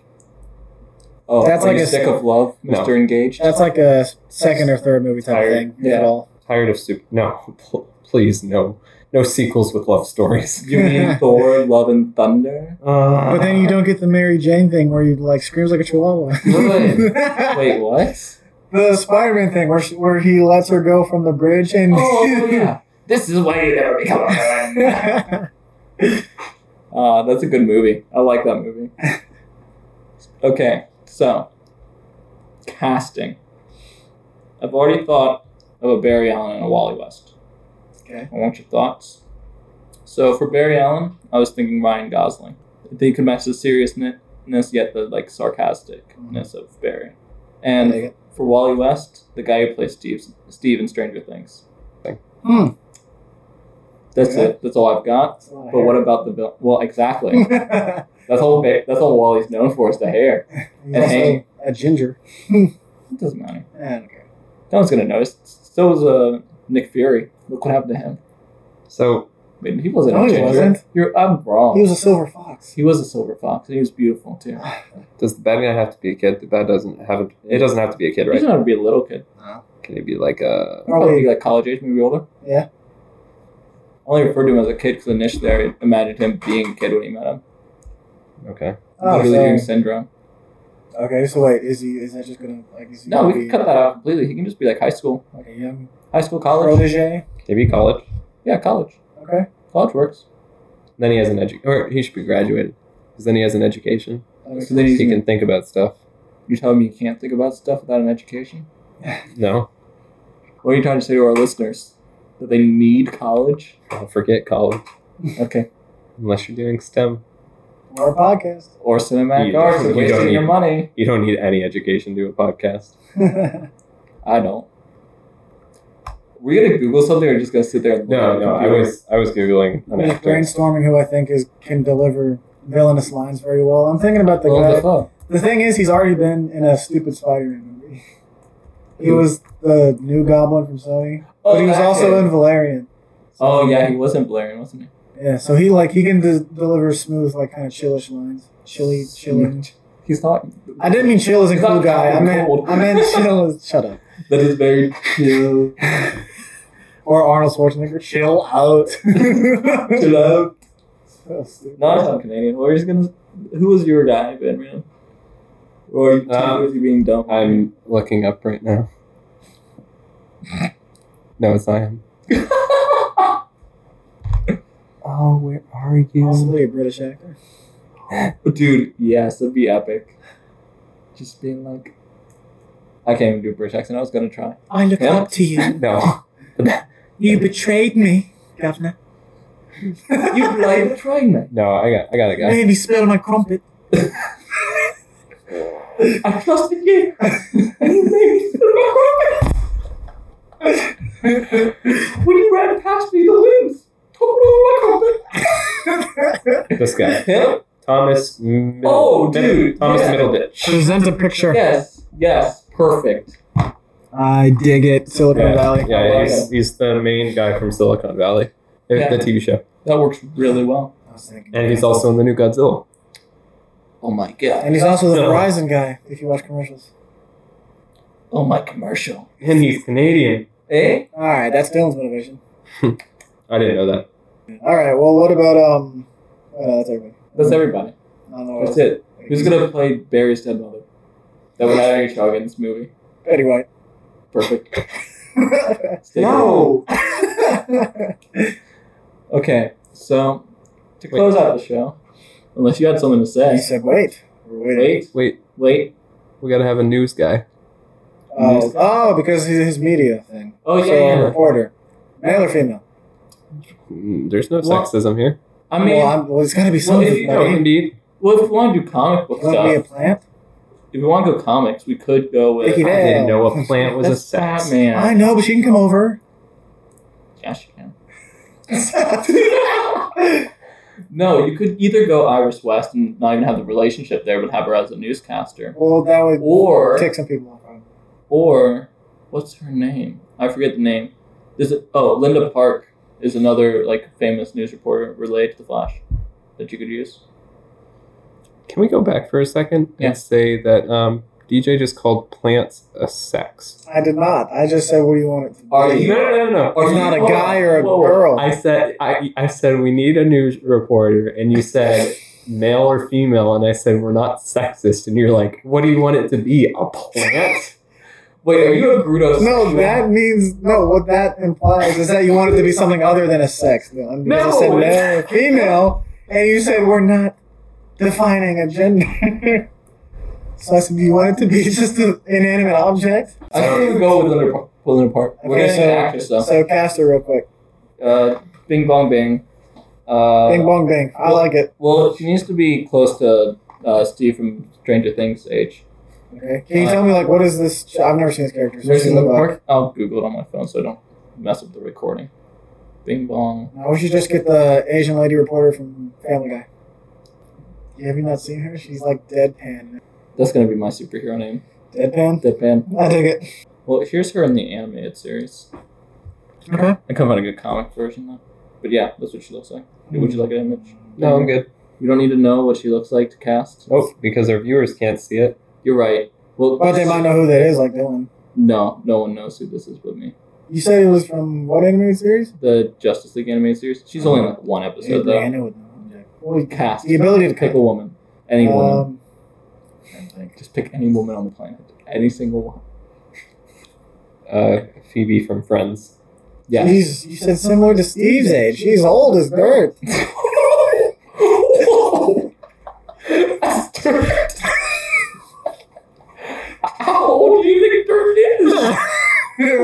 Speaker 1: Oh,
Speaker 3: That's
Speaker 1: are
Speaker 3: like
Speaker 1: you
Speaker 3: a
Speaker 1: sick
Speaker 3: s-
Speaker 1: of love,
Speaker 2: No.
Speaker 1: Mister Engaged.
Speaker 3: That's like a second or third movie type
Speaker 2: Tired.
Speaker 3: thing, if
Speaker 1: Yeah.
Speaker 3: at all.
Speaker 2: Tired of soup. No. Pl- please no. No sequels with love stories.
Speaker 1: You mean Thor, Love and Thunder?
Speaker 2: Uh,
Speaker 3: But then you don't get the Mary Jane thing where you like screams like a chihuahua.
Speaker 1: Really? Wait, what?
Speaker 3: the Spider-Man thing where she, where he lets her go from the bridge and
Speaker 1: Oh yeah, this is why you never become a man. Uh, that's a good movie. I like that movie. Okay, so casting. I've already thought of a Barry Allen and a Wally West.
Speaker 3: okay.
Speaker 1: I want your thoughts. So for Barry Allen, I was thinking Ryan Gosling. I think he could match the seriousness yet the like sarcasticness of Barry.
Speaker 3: I dig
Speaker 1: And
Speaker 3: it.
Speaker 1: for Wally West, the guy who plays Steve Steve in Stranger Things.
Speaker 3: Hmm.
Speaker 1: That's
Speaker 3: Okay.
Speaker 1: it. That's all I've got.
Speaker 3: That's a lot of
Speaker 1: But what about the vil- well? Exactly.
Speaker 3: hair.
Speaker 1: that's all. Ba- That's all Wally's known for is the hair.
Speaker 3: He's
Speaker 1: And
Speaker 3: also
Speaker 1: hang.
Speaker 3: a ginger.
Speaker 1: It doesn't matter.
Speaker 3: And, okay.
Speaker 1: No one's gonna notice. So was uh, Nick Fury. Look what happened to him.
Speaker 2: So
Speaker 1: Wait, he wasn't.
Speaker 3: No,
Speaker 1: a
Speaker 3: he
Speaker 1: ginger.
Speaker 3: wasn't.
Speaker 1: You're, I'm wrong.
Speaker 3: He was a silver fox.
Speaker 1: He was a silver fox. and He was beautiful too.
Speaker 2: does the bad guy have to be a kid? The bad doesn't have. A, it doesn't have to be a kid,
Speaker 1: He
Speaker 2: right?
Speaker 1: doesn't have to be a little kid.
Speaker 3: Oh,
Speaker 2: Can it be like a?
Speaker 1: He'd Probably be like college age, maybe older.
Speaker 3: Yeah.
Speaker 1: I only referred to him as a kid because initially I imagined him being a kid when he met him.
Speaker 2: Okay.
Speaker 3: Oh,
Speaker 1: Literally
Speaker 3: so,
Speaker 1: doing syndrome.
Speaker 3: okay. So wait, is he? Is that just gonna like? Is he
Speaker 1: No,
Speaker 3: gonna
Speaker 1: we
Speaker 3: be
Speaker 1: can cut that out completely. He can just be like high school,
Speaker 3: Like a young
Speaker 1: high school, college.
Speaker 3: protege.
Speaker 2: Maybe college.
Speaker 1: Yeah, college.
Speaker 3: Okay.
Speaker 1: College works.
Speaker 2: Then he has an edu- or he should be graduated, because then he has an education.
Speaker 1: So then he's
Speaker 2: He can think about stuff.
Speaker 1: You're telling me you can't think about stuff without an education?
Speaker 2: No,
Speaker 1: What are you trying to say to our listeners? That they need college?
Speaker 2: I'll forget college
Speaker 1: Okay.
Speaker 2: unless you're doing STEM.
Speaker 3: Our podcast.
Speaker 1: Or cinematic
Speaker 2: You
Speaker 1: arts
Speaker 2: don't-
Speaker 1: is
Speaker 2: you don't
Speaker 1: wasting your
Speaker 2: need-
Speaker 1: money.
Speaker 2: You don't need any education to do a podcast.
Speaker 1: I don't. Were you gonna Google something or just gonna sit there and look
Speaker 2: No,
Speaker 1: at a
Speaker 2: no, I
Speaker 1: computer?
Speaker 2: was I was googling
Speaker 3: I'm
Speaker 2: an
Speaker 3: just
Speaker 2: actor.
Speaker 3: brainstorming who I think is can deliver villainous lines very well. I'm thinking about the
Speaker 1: Willem
Speaker 3: guy.
Speaker 1: Dafoe.
Speaker 3: The thing is, he's already been in a stupid Spider-Man movie. He was the new Goblin from Sony, but he
Speaker 1: Oh,
Speaker 2: Oh,
Speaker 3: was
Speaker 1: that
Speaker 3: also
Speaker 1: kid.
Speaker 3: in Valerian.
Speaker 1: Oh yeah, he was in Valerian, wasn't he?
Speaker 3: Yeah, so he like he can de- deliver smooth, like kind of chillish lines. Chilly, chilling.
Speaker 1: He's not.
Speaker 3: I didn't mean chill as a
Speaker 1: He's not
Speaker 3: cool guy. I meant
Speaker 1: cold.
Speaker 3: I meant chill as shut up.
Speaker 1: That is very chill.
Speaker 3: Or Arnold Schwarzenegger, chill out.
Speaker 1: chill out.
Speaker 3: So stupid.
Speaker 1: No, I'm Canadian. Or he's gonna. Who was your guy, Ben Ram? Or you
Speaker 2: Um,
Speaker 1: was he being dumb?
Speaker 2: I'm looking up right now. No, it's not him. Oh, where are you?
Speaker 3: Possibly a British actor.
Speaker 1: Dude, yes, that'd be epic. Just being like, I can't even do a British accent. I was gonna try.
Speaker 3: I look
Speaker 1: Yeah.
Speaker 3: up to you.
Speaker 2: No.
Speaker 3: You betrayed me, Governor.
Speaker 1: You like betraying me.
Speaker 2: No, I got I got a guy.
Speaker 3: Maybe spill my crumpet.
Speaker 1: I trusted you. and you made me When you ran past me, the limbs toppled over my carpet.
Speaker 2: This guy.
Speaker 1: Him?
Speaker 2: Thomas Middle.
Speaker 1: Oh, dude,
Speaker 2: Thomas
Speaker 1: yeah.
Speaker 2: Middleditch.
Speaker 3: Present a picture.
Speaker 1: Yes, yes, perfect.
Speaker 3: I dig it. Silicon
Speaker 2: yeah,
Speaker 3: Valley.
Speaker 2: Yeah, he's, he's the main guy from Silicon Valley, the-
Speaker 1: Yeah.
Speaker 2: the TV show,
Speaker 1: That works really well.
Speaker 3: I was thinking.
Speaker 2: and he's also in the new Godzilla.
Speaker 1: Oh my god.
Speaker 3: And he's also the
Speaker 2: No.
Speaker 3: Verizon guy. If you watch commercials.
Speaker 1: Oh my commercial.
Speaker 2: And he's Canadian.
Speaker 1: Eh?
Speaker 3: All right, that's Dylan's motivation.
Speaker 2: I didn't know that.
Speaker 3: All right. Well, what about um? Uh, that's everybody.
Speaker 1: That's everybody.
Speaker 3: I don't know.
Speaker 1: That's it. Who's gonna play Barry's dead mother? That would have any dog in this movie.
Speaker 3: Betty White?
Speaker 1: Perfect. Stay Okay, so to
Speaker 2: Wait.
Speaker 1: close out the show, unless you had something to
Speaker 3: you
Speaker 1: say,
Speaker 3: said wait. We're waiting.
Speaker 1: wait,
Speaker 2: Wait,
Speaker 1: wait.
Speaker 2: we gotta have a news guy.
Speaker 3: Oh, oh, because his, his media thing.
Speaker 1: Oh
Speaker 3: so,
Speaker 1: yeah, yeah.
Speaker 3: reporter, male or female?
Speaker 2: Mm, There's no
Speaker 1: Well,
Speaker 2: sexism here.
Speaker 1: I mean,
Speaker 3: well, I'm, well it's got to be
Speaker 1: Well, if
Speaker 3: something.
Speaker 1: you
Speaker 3: buddy.
Speaker 2: No, indeed.
Speaker 1: well, if we want to do comic book
Speaker 3: You want to be a
Speaker 1: stuff,
Speaker 3: plant?
Speaker 1: if we want to go comics, we could go with.
Speaker 3: Mickey
Speaker 2: I
Speaker 3: Mouse.
Speaker 2: didn't know a plant was a
Speaker 1: That's
Speaker 2: sex.
Speaker 3: I
Speaker 1: Batman.
Speaker 3: know, but she can come over.
Speaker 1: Yes, you can. No, you could either go Iris West and not even have the relationship there, but have her as a newscaster,
Speaker 3: well, that would
Speaker 1: or
Speaker 3: tick some people off. probably.
Speaker 1: or what's her name? I forget the name. There's a, oh Linda Park is another like famous news reporter related to the Flash that you could use.
Speaker 2: Can we go back for a second
Speaker 1: Yeah.
Speaker 2: and say that um, DJ just called plants a sex?
Speaker 3: I did not. I just said what do you want it to be.
Speaker 1: Are
Speaker 2: No,
Speaker 1: you-
Speaker 2: no, no, no.
Speaker 3: It's not a guy or a
Speaker 1: Whoa, whoa.
Speaker 3: girl.
Speaker 2: I said I, I said we need a news reporter, and you said male or female, and I said we're not sexist, and you're like, what do you want it to be? A plant?
Speaker 1: Wait, are you a Grudos?
Speaker 3: no, that means no. What that implies is that you want it to be something other than a sex. No, because I said
Speaker 2: No.
Speaker 3: male or female, and you said we're not defining a gender. so I said, do you want it to be just an inanimate object?
Speaker 1: I think we go with Linda Park. With Linda Park. We're
Speaker 3: Okay,
Speaker 1: gonna say
Speaker 3: so-
Speaker 1: actress though.
Speaker 3: So cast her real quick.
Speaker 1: Uh, Bing Bong Bing. Uh,
Speaker 3: Bing bong bing. I like it.
Speaker 1: Well, she needs to be close to uh, Steve from Stranger Things age.
Speaker 3: Okay. Can you tell me like what is this? sh- I've never seen this character. So uh,
Speaker 1: There's
Speaker 3: what's she
Speaker 1: Linda
Speaker 3: look like?
Speaker 1: Park. I'll Google it on my phone so I don't mess up the recording. Bing Bong.
Speaker 3: No, we should just get the Asian lady reporter from Family Guy. Yeah, have you not seen her? She's like deadpan.
Speaker 1: That's gonna be my superhero name.
Speaker 3: Deadpan.
Speaker 1: Deadpan.
Speaker 3: I dig it.
Speaker 1: Well, here's her in the animated series.
Speaker 3: Okay.
Speaker 1: I come out a good comic version though. But yeah, that's what she looks like. Would you like an image?
Speaker 2: No, I'm good.
Speaker 1: You don't need to know what she looks like to cast.
Speaker 2: Oh, because our viewers can't see it.
Speaker 1: You're right. Well,
Speaker 3: But they might know who that is, like Dylan.
Speaker 1: No, no one knows who this is but me.
Speaker 3: You said it was from what animated series?
Speaker 1: The Justice League animated series. She's only in like one episode
Speaker 3: Yeah, I
Speaker 1: though.
Speaker 3: know it. now. Well, you-
Speaker 1: Cast.
Speaker 3: the ability to
Speaker 1: Pick
Speaker 3: pick.
Speaker 1: a woman. Any woman.
Speaker 3: Um,
Speaker 1: Just pick any woman on the planet. Any single one.
Speaker 2: Uh, Phoebe from Friends.
Speaker 1: Yeah.
Speaker 3: she's- you said similar to Steve's age. She's old as dirt.
Speaker 1: How old do you think Dirt is?
Speaker 3: I mean,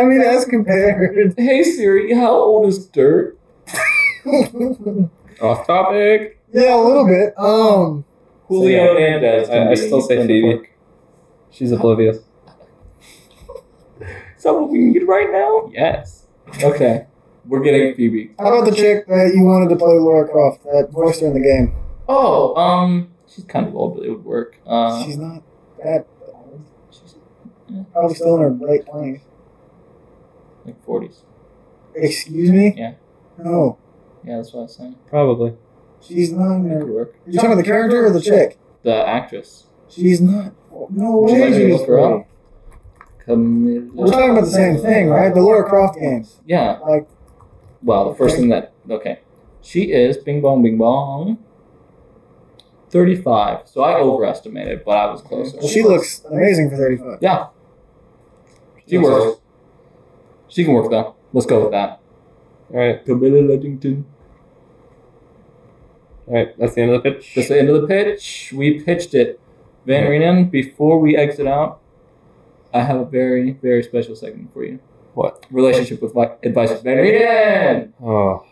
Speaker 3: I mean, as compared.
Speaker 1: Hey Siri, how old is Dirt?
Speaker 2: Off topic.
Speaker 3: yeah, a little bit. Um.
Speaker 1: Julio
Speaker 2: So, yeah.
Speaker 1: Hernandez.
Speaker 2: I, I still say
Speaker 1: Linda
Speaker 2: Phoebe.
Speaker 1: Park.
Speaker 2: She's oblivious.
Speaker 1: Is that what we need right now?
Speaker 2: Yes.
Speaker 1: Okay. We're getting Phoebe.
Speaker 3: How about the chick that you wanted to play Laura Croft that voiced her in the game?
Speaker 1: Oh, um, she's kind of old, but it would work. Uh,
Speaker 3: She's not that old.
Speaker 1: she's
Speaker 3: Probably still in her late twenties.
Speaker 1: like 40s.
Speaker 3: Excuse me?
Speaker 1: Yeah.
Speaker 3: No.
Speaker 1: Yeah, that's what I was saying.
Speaker 2: Probably.
Speaker 3: She's not in
Speaker 1: It
Speaker 3: her
Speaker 1: could work.
Speaker 3: You're talking about the character or the chick?
Speaker 1: The actress.
Speaker 3: She's not no
Speaker 1: Would you
Speaker 3: way
Speaker 1: like me to
Speaker 3: she's
Speaker 1: look her up?
Speaker 3: forty. We're talking about the same thing, right? The Laura Croft games.
Speaker 1: Yeah.
Speaker 3: Like
Speaker 1: Well, the first
Speaker 3: Okay.
Speaker 1: thing that okay, she is Bing Bong Bing Bong. Thirty-five. So I overestimated, but I was closer.
Speaker 3: she looks amazing for thirty five.
Speaker 1: Yeah. She works. She can work though. Let's go with that.
Speaker 2: All right.
Speaker 1: Camilla Luddington.
Speaker 2: All right, that's the end of the pitch.
Speaker 1: That's the end of the pitch. We pitched it. Van Reenen, before we exit out, I have a very, very special segment for you.
Speaker 2: What?
Speaker 1: Relationship with vi- advice with Van Reenen.
Speaker 2: oh,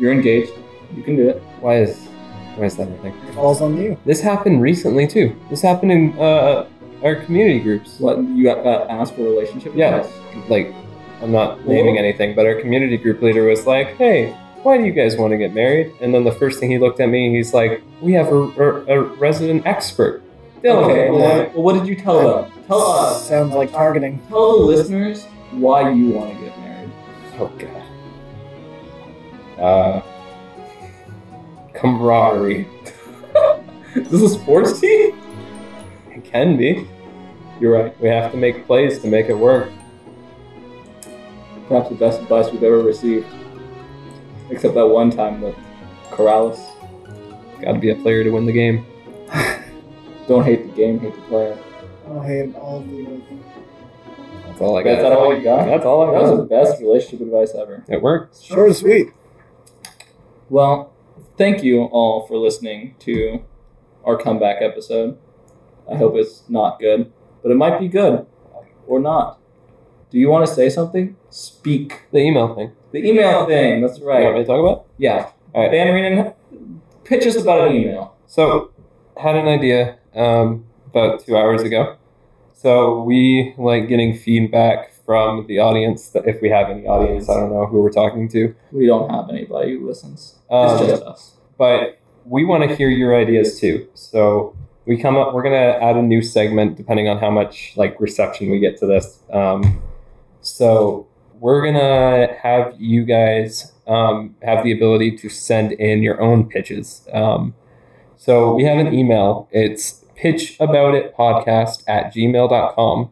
Speaker 1: You're engaged. You can do it.
Speaker 2: why is why is that a thing?
Speaker 3: It falls on you.
Speaker 2: This happened recently too. This happened in uh, our community groups.
Speaker 1: What you got got asked for relationship
Speaker 2: Yeah.
Speaker 1: advice?
Speaker 2: Like, I'm not naming anything, but our community group leader was like, "Hey, why do you guys want to get married?" And then the first thing he looked at me, he's like, "We have a, a, a resident expert." Dylan,
Speaker 1: Okay.
Speaker 2: I'm
Speaker 1: Well,
Speaker 2: like,
Speaker 1: well, what did you tell them? Tell us.
Speaker 3: Sounds like targeting.
Speaker 1: Tell the listeners why you want to get married.
Speaker 2: Oh god. Uh, camaraderie.
Speaker 1: Is this a sports team?
Speaker 2: It can be.
Speaker 1: You're right.
Speaker 2: We have to make plays to make it work.
Speaker 1: Perhaps the best advice we've ever received. Except that one time with Corrales.
Speaker 2: Got to be a player to win the game.
Speaker 1: Don't hate the game, hate the player.
Speaker 3: Oh, hey, all of you.
Speaker 2: That's all I
Speaker 1: That's
Speaker 2: got.
Speaker 1: not all you got?
Speaker 2: That's all I
Speaker 1: That
Speaker 2: got.
Speaker 1: was the best relationship advice ever.
Speaker 2: It worked.
Speaker 3: Short and sweet.
Speaker 1: Well, thank you all for listening to our comeback episode. I hope it's not good, but it might be good or not. Do you want to say something? Speak.
Speaker 2: The email thing.
Speaker 1: The email thing, that's
Speaker 2: You want
Speaker 1: right.
Speaker 2: me to talk about?
Speaker 1: Yeah.
Speaker 2: All right.
Speaker 1: Van Reenen, pitch us about an email.
Speaker 2: So, had an idea um, about two hours ago. So we like getting feedback from the audience. That if we have any audience, I don't know who we're talking to.
Speaker 1: We don't have anybody who listens.
Speaker 2: Um,
Speaker 1: It's just us.
Speaker 2: but we want to hear your ideas too. So we come up. We're gonna add a new segment depending on how much like reception we get to this. Um, so we're gonna have you guys um, have the ability to send in your own pitches. Um, so we have an email. It's pitchaboutitpodcast at gmail.com.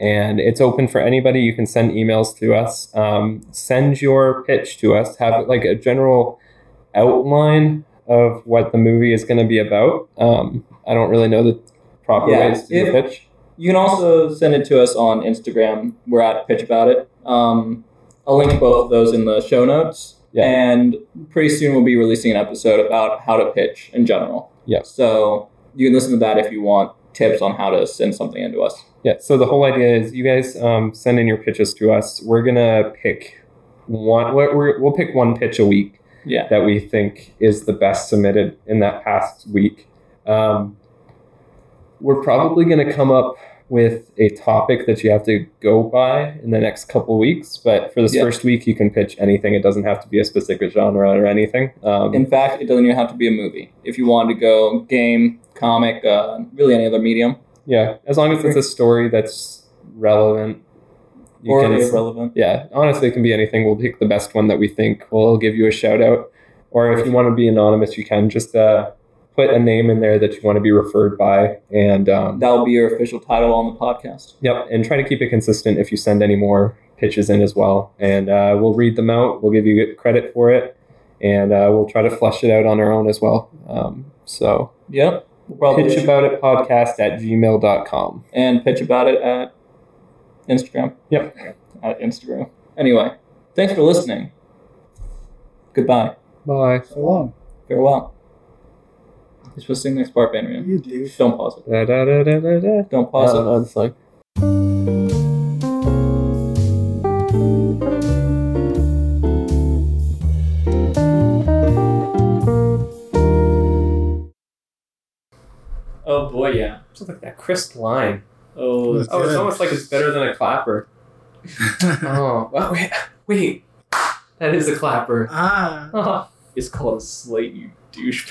Speaker 2: And it's open for anybody. You can send emails to us. Um, send your pitch to us. Have like a general outline of what the movie is going to be about. Um, I don't really know the proper
Speaker 1: Yeah,
Speaker 2: ways to do
Speaker 1: if-
Speaker 2: pitch.
Speaker 1: You can also send it to us on Instagram. We're at Pitch About It. Um, I'll link both of those in the show notes.
Speaker 2: Yeah.
Speaker 1: And pretty soon we'll be releasing an episode about how to pitch in general.
Speaker 2: Yeah.
Speaker 1: So you can listen to that if you want tips on how to send something into us.
Speaker 2: Yeah. So the whole idea is you guys um, send in your pitches to us. We're gonna pick one. We're, we're, we'll pick one pitch a week
Speaker 1: Yeah.
Speaker 2: that we think is the best submitted in that past week. Um, we're probably going to come up with a topic that you have to go by in the next couple weeks, but for this
Speaker 1: Yeah.
Speaker 2: first week, you can pitch anything. It doesn't have to be a specific genre or anything. Um,
Speaker 1: In fact, it doesn't even have to be a movie. If you wanted to go game, comic, uh, really any other medium
Speaker 2: yeah, as long as it's a story that's relevant. You
Speaker 1: or
Speaker 2: can,
Speaker 1: irrelevant.
Speaker 2: yeah, honestly, it can be anything. We'll pick the best one that we think will give you a shout out. Or if you want to be anonymous, you can just uh, put a name in there that you want to be referred by. And um,
Speaker 1: That'll be your official title on the podcast.
Speaker 2: yep, and try to keep it consistent if you send any more pitches in as well. And uh, we'll read them out. We'll give you good credit for it. And uh, we'll try to flesh it out on our own as well. Um, so
Speaker 1: Yep. We'll probably
Speaker 2: pitch about it podcast at gmail.com.
Speaker 1: and pitch about it at Instagram.
Speaker 2: Yep.
Speaker 1: At Instagram. Anyway, thanks for listening. Goodbye.
Speaker 2: Bye.
Speaker 3: So long.
Speaker 1: Farewell. You're supposed to sing the next part, Bannerman.
Speaker 3: You do.
Speaker 1: Don't pause it.
Speaker 2: Da, da, da, da, da, da.
Speaker 1: Don't pause
Speaker 2: I
Speaker 1: it.
Speaker 2: don't know, it's like-
Speaker 1: Oh boy, yeah.
Speaker 2: It's like that crisp line.
Speaker 1: Oh,
Speaker 3: Oh, it's almost
Speaker 2: like it's better than a clapper. Oh, well, wait, wait. That is a clapper. Oh.
Speaker 3: ah.
Speaker 2: uh,
Speaker 1: it's called a slate, you douche.